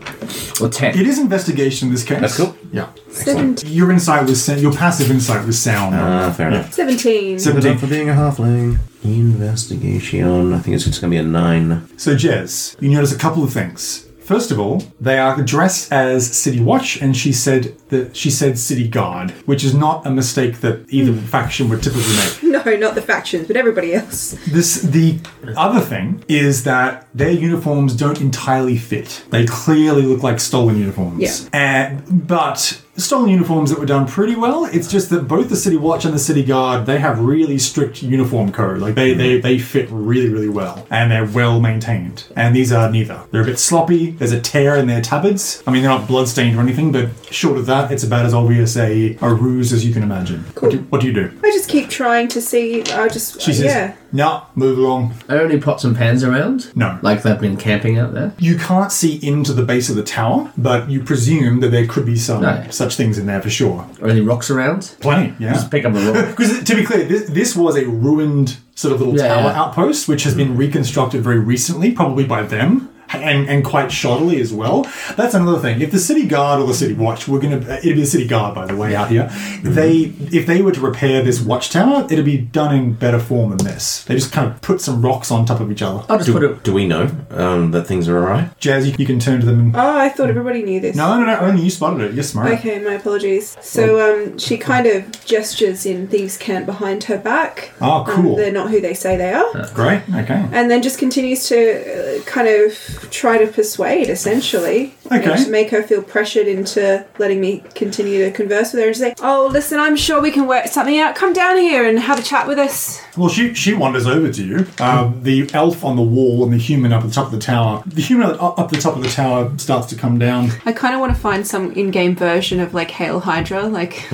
S8: Or 10.
S5: It is investigation in this case.
S6: That's cool.
S5: Yeah.
S7: Seven-
S5: Your insight was sound- your passive insight was sound.
S6: Ah, fair enough.
S7: 17.
S6: Good
S5: 17.
S6: enough for being a halfling. Investigation. I think it's, it's going to be a nine.
S5: So, Jez, you notice a couple of things. First of all, they are dressed as City Watch, and she said that she said City Guard, which is not a mistake that either faction would typically make.
S7: No, not the factions, but everybody else.
S5: This the other thing is that their uniforms don't entirely fit. They clearly look like stolen uniforms. And but stolen uniforms that were done pretty well. It's just that both the City Watch and the City Guard, they have really strict uniform code. Like they they, they fit really, really well. And they're well maintained. And these are neither. They're a bit sloppy, there's a tear in their tabards. I mean they're not bloodstained or anything, but short of that, it's about as obvious a, a ruse as you can imagine. What, do, what do you do?
S7: I just keep trying to see. I just.
S5: She says,
S7: yeah.
S5: no, move along.
S8: Are there any pots and pans around?
S5: No.
S8: Like they've been camping out there?
S5: You can't see into the base of the tower, but you presume that there could be some
S8: No.
S5: such things in there for sure.
S8: Or any rocks around?
S5: Plenty, yeah.
S8: Just pick up a rock.
S5: Because to be clear, this, this was a ruined sort of little
S8: Yeah,
S5: tower
S8: yeah.
S5: outpost, which has been reconstructed very recently, probably by them. And, and quite shoddily as well. That's another thing. If the city guard or the city watch, we're gonna uh, it'd be the city guard by the way out here.
S8: Mm-hmm.
S5: They if they were to repair this watchtower, it'd be done in better form than this. They just kind of put some rocks on top of each other.
S8: I'll just put it.
S6: Do we know um, that things are alright?
S5: Jazz, you, you can turn to them. And,
S7: Oh, I thought everybody knew this.
S5: no, Oh. no, no. Only you spotted it. You're smart.
S7: Okay, my apologies. So, um, she kind of gestures in thieves' camp behind her back.
S5: Oh,
S7: Um,
S5: cool.
S7: they're not who they say they are.
S5: Great. Okay.
S7: and then just continues to uh, kind of try to persuade essentially and
S5: Okay.
S7: to make her feel pressured into letting me continue to converse with her and say, "Oh, listen, I'm sure we can work something out. Come down here and have a chat with us."
S5: Well, she she wanders over to you. Um, the elf on the wall and the human up at the top of the tower. The human up up the top of the tower starts to come down.
S7: I kind of want to find some in-game version of like Hail Hydra, like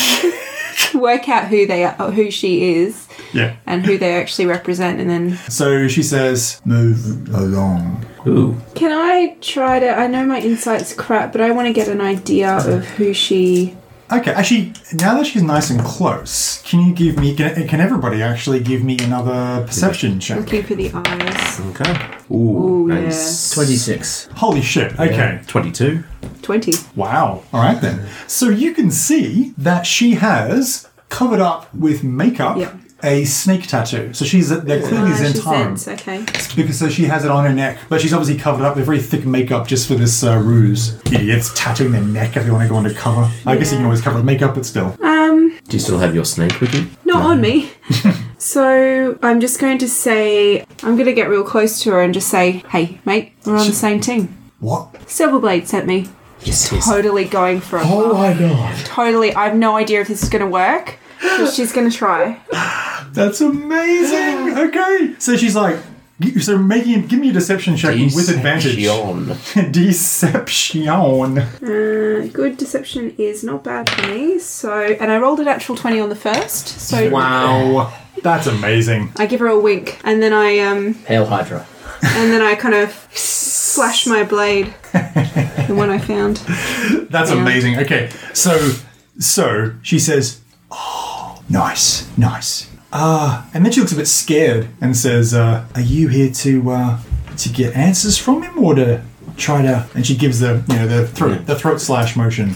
S7: work out who they are, who she is,
S5: Yeah.
S7: and who they actually represent, and then
S5: So she says, "Move along."
S6: Ooh.
S7: Can I try to? I know my insight's crap, but I want to get an idea of who she.
S5: Okay. Actually, now that she's nice and close, can you give me? Can, can everybody actually give me another perception check?
S7: Looking for the eyes.
S6: Okay. Ooh.
S7: Ooh, yeah.
S6: nice.
S8: 26.
S5: Holy shit. Okay.
S6: 22.
S7: Twenty.
S5: Wow. All right then. So you can see that she has covered up with makeup
S7: Yeah.
S5: a snake tattoo. So she's they're clearly
S7: Ah, she
S5: Zentara.
S7: sends. Okay.
S5: because so she has it on her neck, but she's obviously covered up with very thick makeup just for this uh, ruse. Idiots tattooing their neck if they want to go undercover. I guess you can always cover the makeup, but still.
S6: Do you still have your snake with you?
S7: Not on me. so I'm just going to say I'm going to get real close to her and just say, "Hey, mate, we're on the same team."
S5: What?
S7: Silverblade sent me.
S6: Yes, yes.
S7: Totally going for it.
S5: god,
S7: Totally. I have no idea if this is going to work. But she's going to try.
S5: that's amazing. Okay, so she's like, so making give me a deception check with advantage. Deception.
S7: Uh, good deception is not bad for me. So, and I rolled an actual twenty on the first. So
S5: Wow, that's amazing.
S7: I give her a wink, and then I um,
S8: Hail Hydra.
S7: and then I kind of slash my blade, the one I found.
S5: That's amazing. Okay, so so she says, "Oh, nice, nice." Uh, and then she looks a bit scared and says, uh, "Are you here to uh, to get answers from him or to try to?" And she gives the you know the throat the throat slash motion.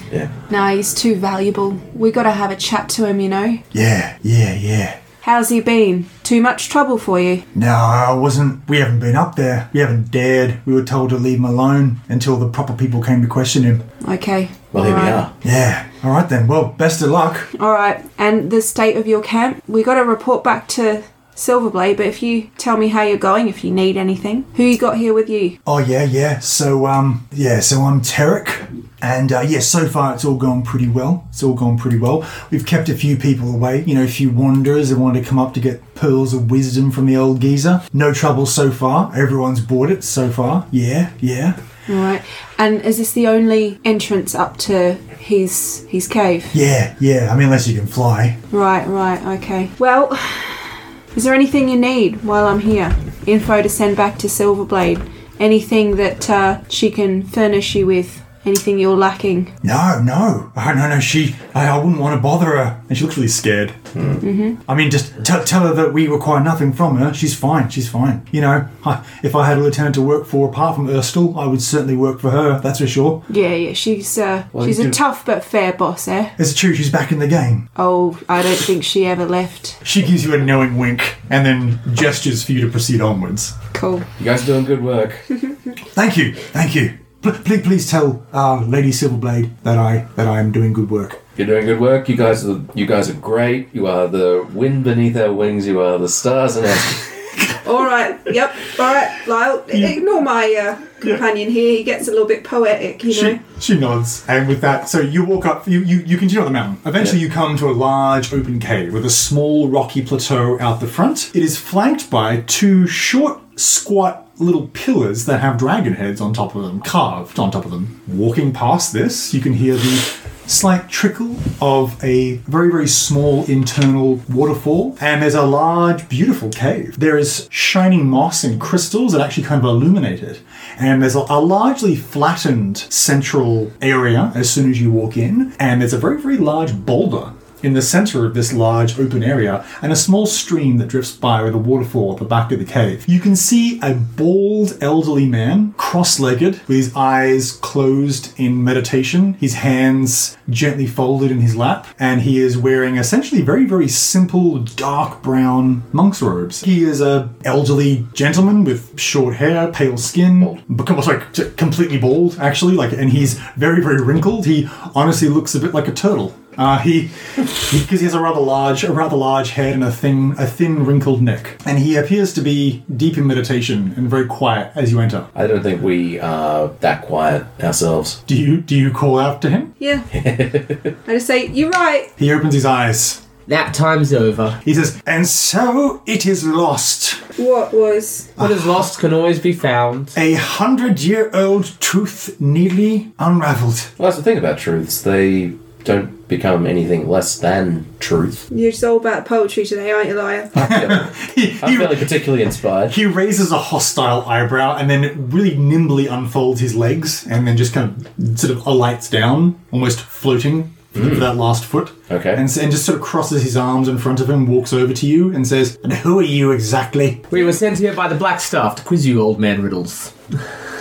S7: Nah, he's too valuable. We gotta have a chat to him, you know.
S5: Yeah, yeah, yeah.
S7: How's he been? Too much trouble for you?
S5: No, I wasn't. We haven't been up there. We haven't dared. We were told to leave him alone until the proper people came to question him.
S7: Okay.
S6: Well, here we
S7: Alright.
S6: are.
S5: Yeah. All right then. Well, best of luck.
S7: All right, and the state of your camp. We got to report back to Silverblade, but if you tell me how you're going, if you need anything, who you got here with you?
S5: Oh yeah, yeah. So um, yeah. So I'm Tarek, and uh, yeah, so far it's all gone pretty well. It's all gone pretty well. We've kept a few people away. You know, a few wanderers that wanted to come up to get pearls of wisdom from the old geezer. No trouble so far. Everyone's bought it so far. Yeah, yeah,
S7: All right, and is this the only entrance up to his his cave?
S5: yeah, yeah. I mean, unless you can fly.
S7: Right, right, okay. Well, is there anything you need while I'm here? Info to send back to Silverblade? Anything that uh, she can furnish you with? Anything you're lacking?
S5: No, no, oh, no, no. She, I, I wouldn't want to bother her, and she looks really scared. Mm-hmm. I mean, just t- tell her that we require nothing from her. She's fine. She's fine. You know, I, if I had a lieutenant to work for apart from Erstal, I would certainly work for her. That's for sure.
S7: Yeah, yeah, she's uh, she's a
S6: do-
S7: tough but fair boss, eh?
S5: It's true. She's back in the game.
S7: Oh, I don't think she ever left.
S5: She gives you a knowing wink and then gestures for you to proceed onwards.
S7: Cool.
S6: You guys are doing good work.
S5: Thank you. Thank you. Pl- please, please tell uh, Lady Silverblade that I that I am doing good work.
S6: You're doing good work. You guys are you guys are great. You are the wind beneath our wings. You are the stars in our
S7: All right. Yep. All right, Lyle. Ignore my uh, companion here. He gets a little bit poetic, you
S5: She, she nods, and with that, so you walk up. You you, you continue up the mountain. Eventually, you come to a large open cave with a small rocky plateau out the front. It is flanked by two short, squat little pillars that have dragon heads on top of them, carved on top of them. Walking past this, you can hear the slight trickle of a very very small internal waterfall and there's a large beautiful cave there is shining moss and crystals that actually kind of illuminate it and there's a, a largely flattened central area as soon as you walk in and there's a very very large boulder in the center of this large open area and a small stream that drifts by with a waterfall at the back of the cave. You can see a bald elderly man, cross legged, with his eyes closed in meditation, his hands gently folded in his lap, and he is wearing essentially very, very simple dark brown monk's robes. He is a elderly gentleman with short hair, pale skin, but com- sorry, t- completely bald actually, like, and he's very, very wrinkled. He honestly looks a bit like a turtle. Uh, he, because he has a rather large, a rather large head and a thin, a thin wrinkled neck, and he appears to be deep in meditation and very quiet as you enter.
S6: I don't think we are that quiet ourselves.
S5: Do you do you call out to him?
S7: Yeah. I just say, you're right.
S5: He opens his eyes.
S8: That time's over.
S5: He says, "And so it is lost.
S7: What was.
S8: What is lost can always be found.
S5: A hundred-year-old truth nearly unravelled."
S6: Well, that's the thing about truths. They don't become anything less than truth.
S7: You're just all about poetry today, aren't you, liar?
S5: Uh, He,
S6: I'm
S5: he,
S6: feeling particularly inspired.
S5: he raises a hostile eyebrow and then really nimbly unfolds his legs and then just kind of sort of alights down, almost floating for that last foot.
S6: Okay.
S5: And, s- and just sort of crosses his arms in front of him, walks over to you, and says, And who are you exactly?
S8: We were sent here by the Black Staff to quiz you, old man riddles.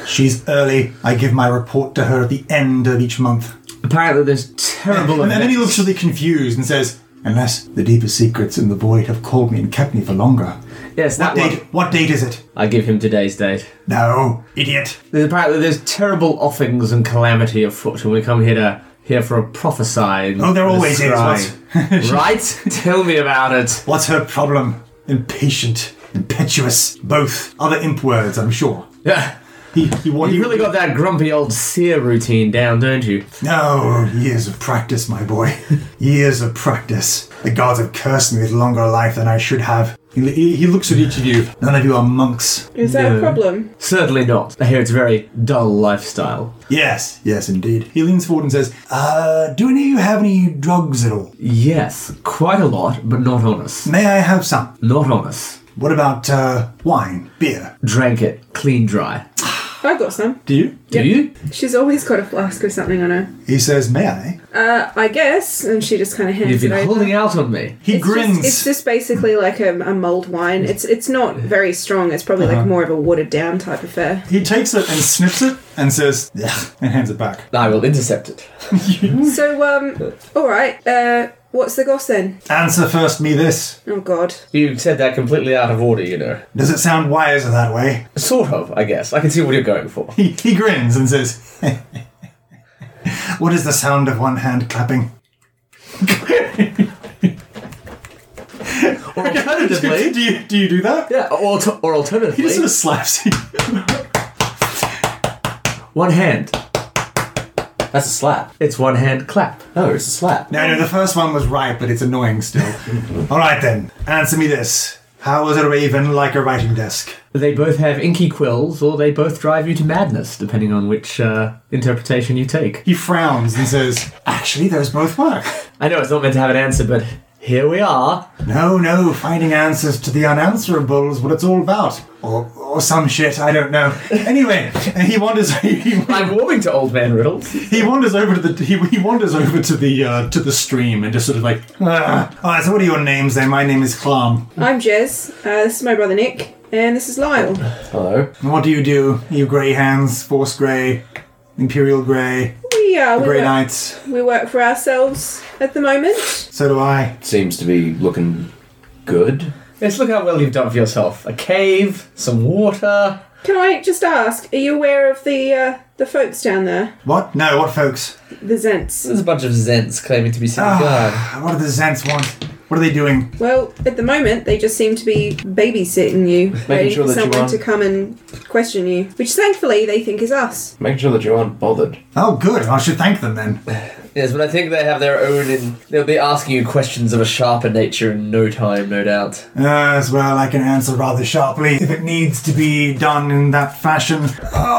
S5: She's early. I give my report to her at the end of each month.
S8: Apparently, there's terrible.
S5: And then he
S8: events.
S5: looks really confused and says, Unless the deeper secrets in the void have called me and kept me for longer.
S8: Yes,
S5: What
S8: that
S5: date?
S8: one.
S5: What date is it?
S8: I give him today's date.
S5: No, idiot.
S8: There's, apparently, there's terrible offings and calamity afoot, and we come here to here for a prophesy. and
S5: Oh, there always is,
S8: prescribe. right? Tell me about it.
S5: What's her problem? Impatient, impetuous, both. Other imp words, I'm sure.
S8: Yeah.
S5: He, he, wa- he
S8: You really got that grumpy old seer routine down, don't you?
S5: No, years of practice, my boy. years of practice. The gods have cursed me with longer life than I should have. He, he- he looks at each of you. None of you are monks.
S7: Is that
S8: No.
S7: a problem?
S8: Certainly not. I hear it's a very dull lifestyle.
S5: Yes, yes, indeed. He leans forward and says, "Uh, do any of you have any drugs at all?
S8: Yes, quite a lot, but not on us.
S5: May I have some?
S8: Not on us.
S5: What about uh, wine, beer?
S8: Drank it clean dry.
S7: I've got some.
S5: Do you?"
S8: Do you?
S7: She's always got a flask of something on her.
S5: He says, "May I?"
S7: Uh, I guess. And she just kind of hands
S8: You've
S7: it
S8: been
S7: over.
S8: holding out on me.
S5: He
S7: It's
S5: grins.
S7: Just, it's just basically like a, a mulled wine. It's it's not very strong. It's probably
S5: Uh-huh.
S7: like more of a watered down type affair.
S5: He takes it and sniffs it and says, "Ugh," and hands it back.
S1: I will intercept it.
S7: So um, all right. Uh, what's the goss then?
S5: Answer first me this.
S7: Oh God.
S1: You said that completely out of order, you know.
S5: Does it sound wiser that way?
S1: Sort of, I guess. I can see what you're going for.
S5: He, he grins and says, What is the sound of one hand clapping?
S8: Or
S5: do,
S8: alternatively,
S5: you, do you do that?
S8: yeah, or, alter- or
S5: He just sort
S8: alternatively,
S5: of slaps you.
S8: one hand.
S6: That's a slap.
S8: It's one hand clap.
S6: No, it's a slap.
S5: No, no, the first one was right, but it's annoying still. All right then, answer me this. How is a raven like a writing desk?
S8: They both have inky quills, or they both drive you to madness, depending on which uh, interpretation you take.
S5: He frowns and says, Actually, those both work.
S8: I know it's not meant to have an answer, but here we are.
S5: No, no, finding answers to the unanswerable is what it's all about. Or, or some shit, I don't know. Anyway, and he wanders. He,
S8: I'm warming to old man riddles.
S5: he wanders over to the he, he wanders over to the uh, to the stream and just sort of like ah. all right so what are your names then my name is Clam
S7: I'm Jez. Uh, this is my brother Nick, and this is Lyle.
S6: Hello.
S5: and what do you do you grey hands force grey imperial grey
S7: We uh, we,
S5: grey
S7: work,
S5: knights
S7: we work for ourselves at the moment.
S5: so do I
S6: Seems to be looking good.
S8: Let's look how well you've done for yourself. A cave, some water.
S7: Can I just ask? Are you aware of the uh, the folks down there?
S5: what no what folks
S7: The Zents.
S1: There's a bunch of Zents claiming to be
S8: Oh
S1: city guard.
S5: Ah, what do the Zents want what are they doing
S7: Well, at the moment, they just seem to be babysitting you, waiting
S6: sure
S7: for
S6: that you
S7: someone
S6: are-
S7: to come and question you, which thankfully they think is us.
S6: Making sure that you aren't bothered.
S5: oh good I should thank them then
S1: Yes, but I think they have their own, and they'll be asking you questions of a sharper nature in no time, no doubt.
S5: as well I can answer rather sharply if it needs to be done in that fashion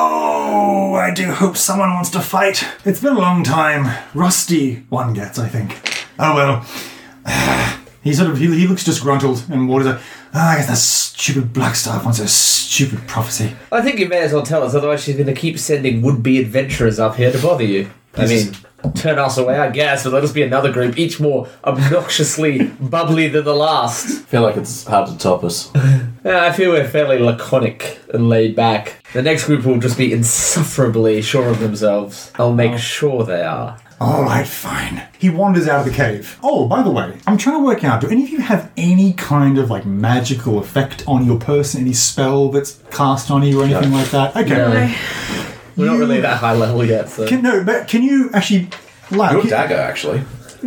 S5: oh I do hope someone wants to fight it's been a long time rusty one gets I think oh well he sort of he, he looks disgruntled and waters up Ah, I guess that stupid black staff wants a stupid prophecy
S1: I think you may as well tell us, otherwise she's going to keep sending would-be adventurers up here to bother you. I mean, turn us away, I guess, but let us be another group, each more obnoxiously bubbly than the last.
S6: I feel like it's hard to top us.
S1: Uh, I feel we're fairly laconic and laid back. The next group will just be insufferably sure of themselves. I'll
S6: Oh.
S1: make sure they are.
S5: all right fine he wanders out of the cave oh by the way I'm trying to work out do any of you have any kind of like magical effect on your person any spell that's cast on you or anything like that okay
S1: Um, We're not
S5: You-
S1: really that high level yet, so.
S5: Can, no, but can you actually? Like,
S6: Your
S5: can,
S6: dagger, actually.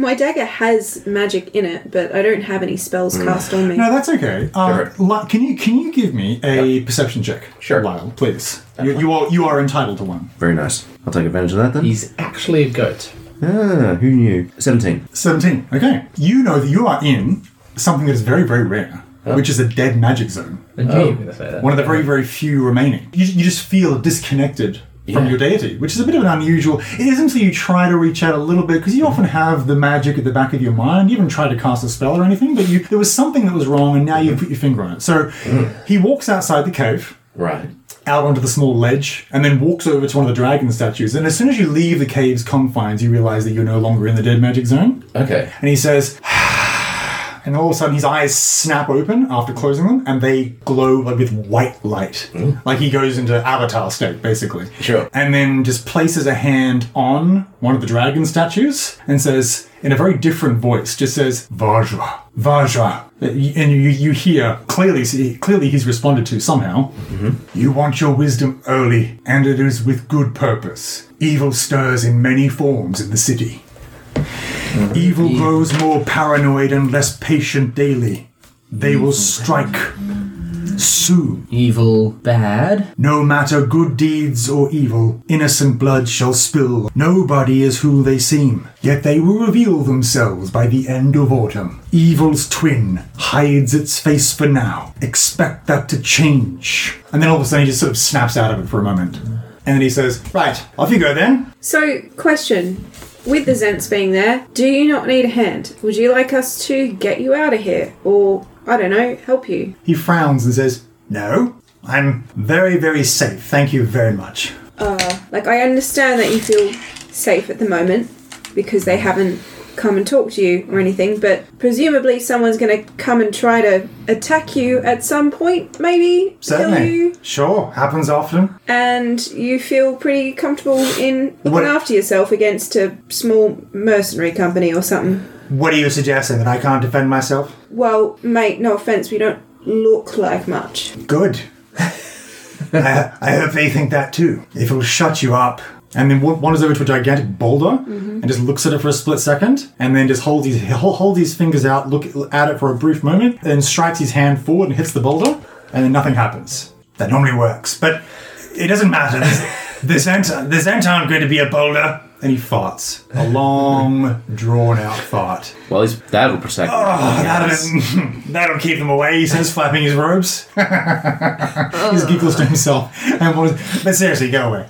S7: My dagger has magic in it, but I don't have any
S6: Mm.
S7: spells cast on me.
S5: No, that's okay. Uh,
S6: Sure.
S5: Li- can you can you give me a perception check?
S6: Sure.
S5: Lyle, please. You, you are you are entitled to one.
S6: Very nice. I'll take advantage of that then.
S1: He's actually a goat.
S6: Ah, who knew? 17.
S5: 17. Okay. You know that you are in something that is very, very rare, which is a dead magic zone.
S1: I knew
S6: Oh.
S1: you were going to say that.
S5: One of the very, very few remaining. You, you just feel disconnected from
S6: Yeah.
S5: your deity, which is a bit of an unusual. It isn't until you try to reach out a little bit, because you often have the magic at the back of your mind. You haven't tried to cast a spell or anything, but you, there was something that was wrong, and now you put your finger on it. So he walks outside the cave
S6: Right.
S5: out onto the small ledge and then walks over to one of the dragon statues. And as soon as you leave the cave's confines, you realize that you're no longer in the dead magic zone.
S6: Okay.
S5: And he says, and all of a sudden his eyes snap open after closing them and they glow like with white light. Like he goes into avatar state, basically.
S6: Sure.
S5: And then just places a hand on one of the dragon statues and says, in a very different voice, just says, Vajra, Vajra. And you, you hear clearly, see- clearly he's responded to somehow. You want your wisdom early, and it is with good purpose. Evil stirs in many forms in the city. Evil grows more paranoid and less patient daily. They will strike soon.
S8: Evil, bad.
S5: No matter good deeds or evil, innocent blood shall spill. Nobody is who they seem, yet they will reveal themselves by the end of autumn. Evil's twin hides its face for now. Expect that to change. And then all of a sudden he just sort of snaps out of it for a moment. And then he says, Right, off you go then.
S7: So, question. With the Zents being there, do you not need a hand? Would you like us to get you out of here? Or, I don't know, help you?
S5: He frowns and says, No, I'm very, very safe. Thank you very much.
S7: Like, I understand that you feel safe at the moment because they haven't come and talked to you or anything, but presumably someone's going to come and try to attack you at some point, maybe? Kill
S5: Certainly.
S7: you.
S5: Sure, happens often.
S7: And you feel pretty comfortable in looking
S5: What-
S7: after yourself against a small mercenary company or something.
S5: What are you suggesting? That I can't defend myself?
S7: Well, mate, no offense, we don't look like much.
S5: Good. I, I hope they think that too. If it'll shut you up. And then wa- wanders over to a gigantic boulder and just looks at it for a split second, and then just holds his hol- holds his fingers out, look at it for a brief moment, then strikes his hand forward and hits the boulder, and then nothing happens. That normally works, but it doesn't matter. This ant this ant aren't going to be a boulder. And he farts a long, drawn out fart.
S6: Well, at least that'll protect me.
S5: Oh, that'll, that'll keep them away, he says, flapping his robes. He's giggles to himself. And what is, but seriously, go away.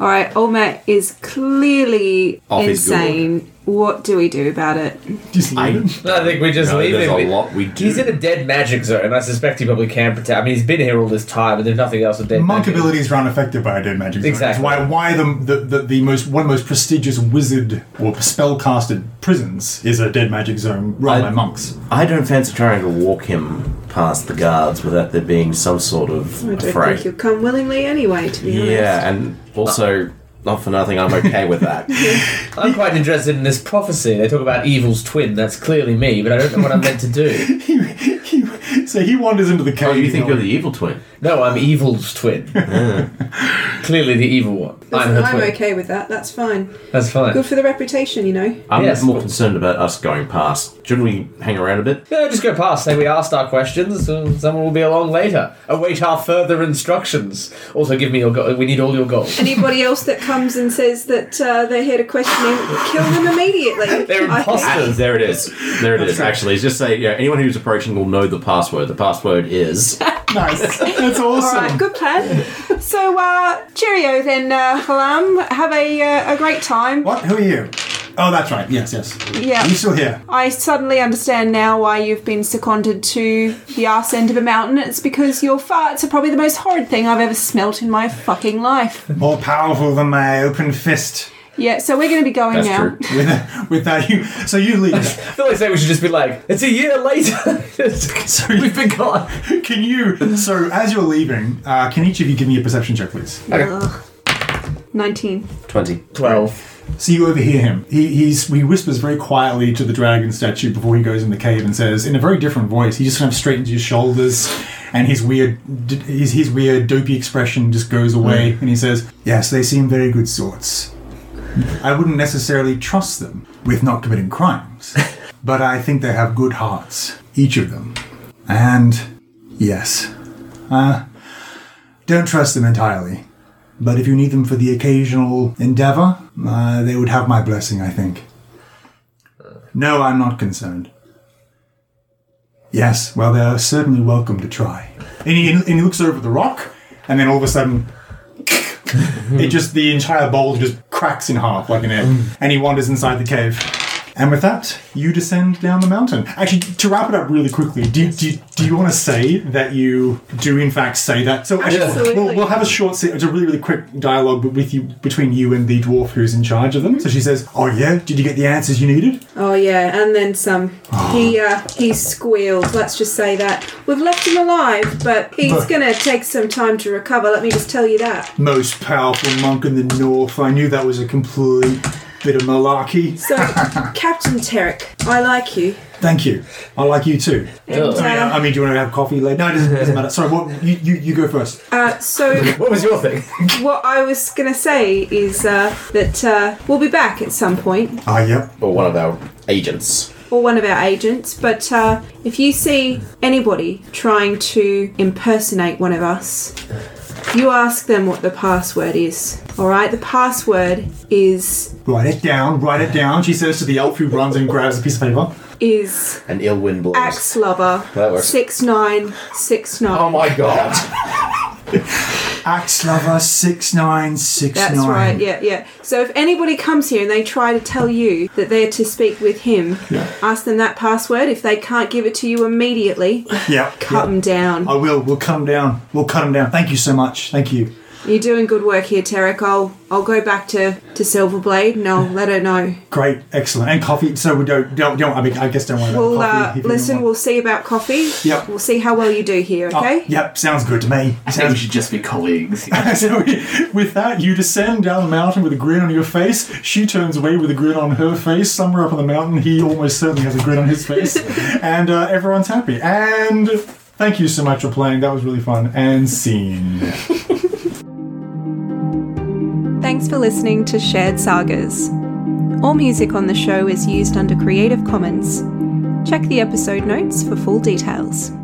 S7: All right, old Matt is clearly
S6: Off his
S7: insane. What do we do about it?
S5: Just leave him.
S1: No, I think we just
S6: No,
S1: leave
S6: there's
S1: him.
S6: a
S1: We-
S6: lot we do.
S1: He's in a dead magic zone, and I suspect he probably can protect. I mean, he's been here all this time, and there's nothing else with dead
S5: Monk
S1: magic.
S5: abilities are unaffected by a dead magic. zone. That's
S1: Exactly.
S5: why why the, the, the, the most one of the most prestigious wizard or spellcaster prisons is a dead magic zone run
S6: I-
S5: by monks.
S6: I don't fancy trying to walk him past the guards without there being some sort of
S7: I don't
S6: fray.
S7: think you'll come willingly anyway, to be
S6: Yeah, and also, not for nothing, I'm okay with that.
S1: I'm quite interested in this prophecy. They talk about evil's twin. That's clearly me, but I don't know what I'm meant to do.
S5: He, he, so he wanders into the cave.
S6: oh, you think you're the evil twin?
S1: No, I'm evil's twin. clearly the evil one.
S7: honest.
S1: I'm her
S7: I'm
S1: twin.
S7: okay with that. That's fine.
S1: That's fine.
S7: Good for the reputation, you know.
S6: I'm
S1: Yes.
S6: more concerned about us going past. Shouldn't we hang around a bit?
S1: No, just go past. Say we asked our questions, and someone will be along later. Await our further instructions. Also, give me your goal. We need all your goals.
S7: Anybody else that comes and says that uh, they're here to question him, kill them immediately.
S1: They're
S7: I think-
S1: imposters.
S6: Ah, there it is. There it is. Actually, it's just say yeah. Anyone who's approaching will know the password. The password is
S5: nice. That's
S7: All
S5: awesome.
S7: right, good plan. So, uh, cheerio then, uh, Halam. Have a uh, a great time.
S5: What? Who are you? Oh, that's right. Yes, yes.
S7: Yeah.
S5: Are you still here?
S7: I suddenly understand now why you've been seconded to the arse end of a mountain. It's because your farts are probably the most horrid thing I've ever smelt in my fucking life.
S5: More powerful than my open fist.
S7: Yeah, so we're going to be going
S6: that's
S7: now.
S6: true.
S5: With, uh, with that, you. So you leave.
S1: I feel like saying we should just be like, it's a year later.
S5: So
S1: We've been gone.
S5: Can you? So as you're leaving, uh, can each of you give me a perception check, please?
S7: Ugh. 19.
S6: Twenty.
S1: Twelve.
S5: So you overhear him. He he's, he whispers very quietly to the dragon statue before he goes in the cave and says, in a very different voice. He just kind of straightens his shoulders, and his weird d- his, his weird dopey expression just goes away, and he says, "Yes, they seem very good sorts." I wouldn't necessarily trust them with not committing crimes, but I think they have good hearts, each of them. And yes, uh, don't trust them entirely. But if you need them for the occasional endeavor, uh, they would have my blessing, I think. No, I'm not concerned. Yes, well, they are certainly welcome to try. And he, and he looks over the rock, and then all of a sudden, it just the entire boulder just cracks in half like an egg, and he wanders inside the cave. And with that, you descend down the mountain. Actually, to wrap it up really quickly, do, do, do you want to say that you do in fact say that? So actually,
S7: Absolutely.
S5: we'll, we'll have a short, se- it's a really really quick dialogue with you between you and the dwarf who's in charge of them. So she says, "Oh yeah, did you get the answers you needed?"
S7: Oh yeah, and then some.
S6: Oh.
S7: He uh, he squealed. Let's just say that we've left him alive, but he's
S5: But-
S7: gonna take some time to recover. Let me just tell you that.
S5: Most powerful monk in the north. I knew that was a complete bit of malarkey.
S7: So, Captain Terek, I like you.
S5: Thank you. I like you too.
S7: And,
S6: Oh,
S5: I mean, I
S7: uh,
S5: mean, do you want to have coffee later? No, it doesn't, doesn't matter. Sorry, what, you, you, you go first.
S7: uh, so
S1: What was your thing?
S7: what I was gonna say is uh, that uh, we'll be back at some point,
S5: Ah, yep.
S6: Or one of our agents.
S7: or one of our agents. But uh, if you see anybody trying to impersonate one of us, you ask them what the password is. All right, the password is
S5: Write it down, write it down, she says to the elf who runs and grabs a piece of paper.
S7: is
S6: An ill wind blows.
S7: axe lover
S6: That works.
S7: six nine six nine.
S6: Oh my god.
S5: Axe lover 6969.
S7: That's right. Yeah, yeah. So if anybody comes here and they try to tell you that they're to speak with him,
S5: Yeah.
S7: ask them that password. If they can't give it to you immediately,
S5: Yep.
S7: cut them
S5: yep.
S7: down.
S5: I will. We'll cut him down. We'll cut him down. Thank you so much. Thank you.
S7: You're doing good work here, Tarek. I'll I'll go back to to Silverblade and I'll let her know.
S5: Great. Excellent. And coffee. So we don't, don't, don't I mean, I guess don't worry
S7: We'll uh,
S5: about the coffee. if you
S7: listen.
S5: don't
S7: We'll
S5: want-
S7: see about coffee.
S5: Yep.
S7: We'll see how well you do here.
S5: Oh,
S7: Okay.
S5: yep. Sounds good to me.
S8: I think we should just be colleagues.
S5: so we- with that, you descend down the mountain with a grin on your face. She turns away with a grin on her face. Somewhere up on the mountain, he almost certainly has a grin on his face, and uh, everyone's happy. And thank you so much for playing. That was really fun. And scene.
S4: Thanks for listening to Shared Sagas. All music on the show is used under Creative Commons. Check the episode notes for full details.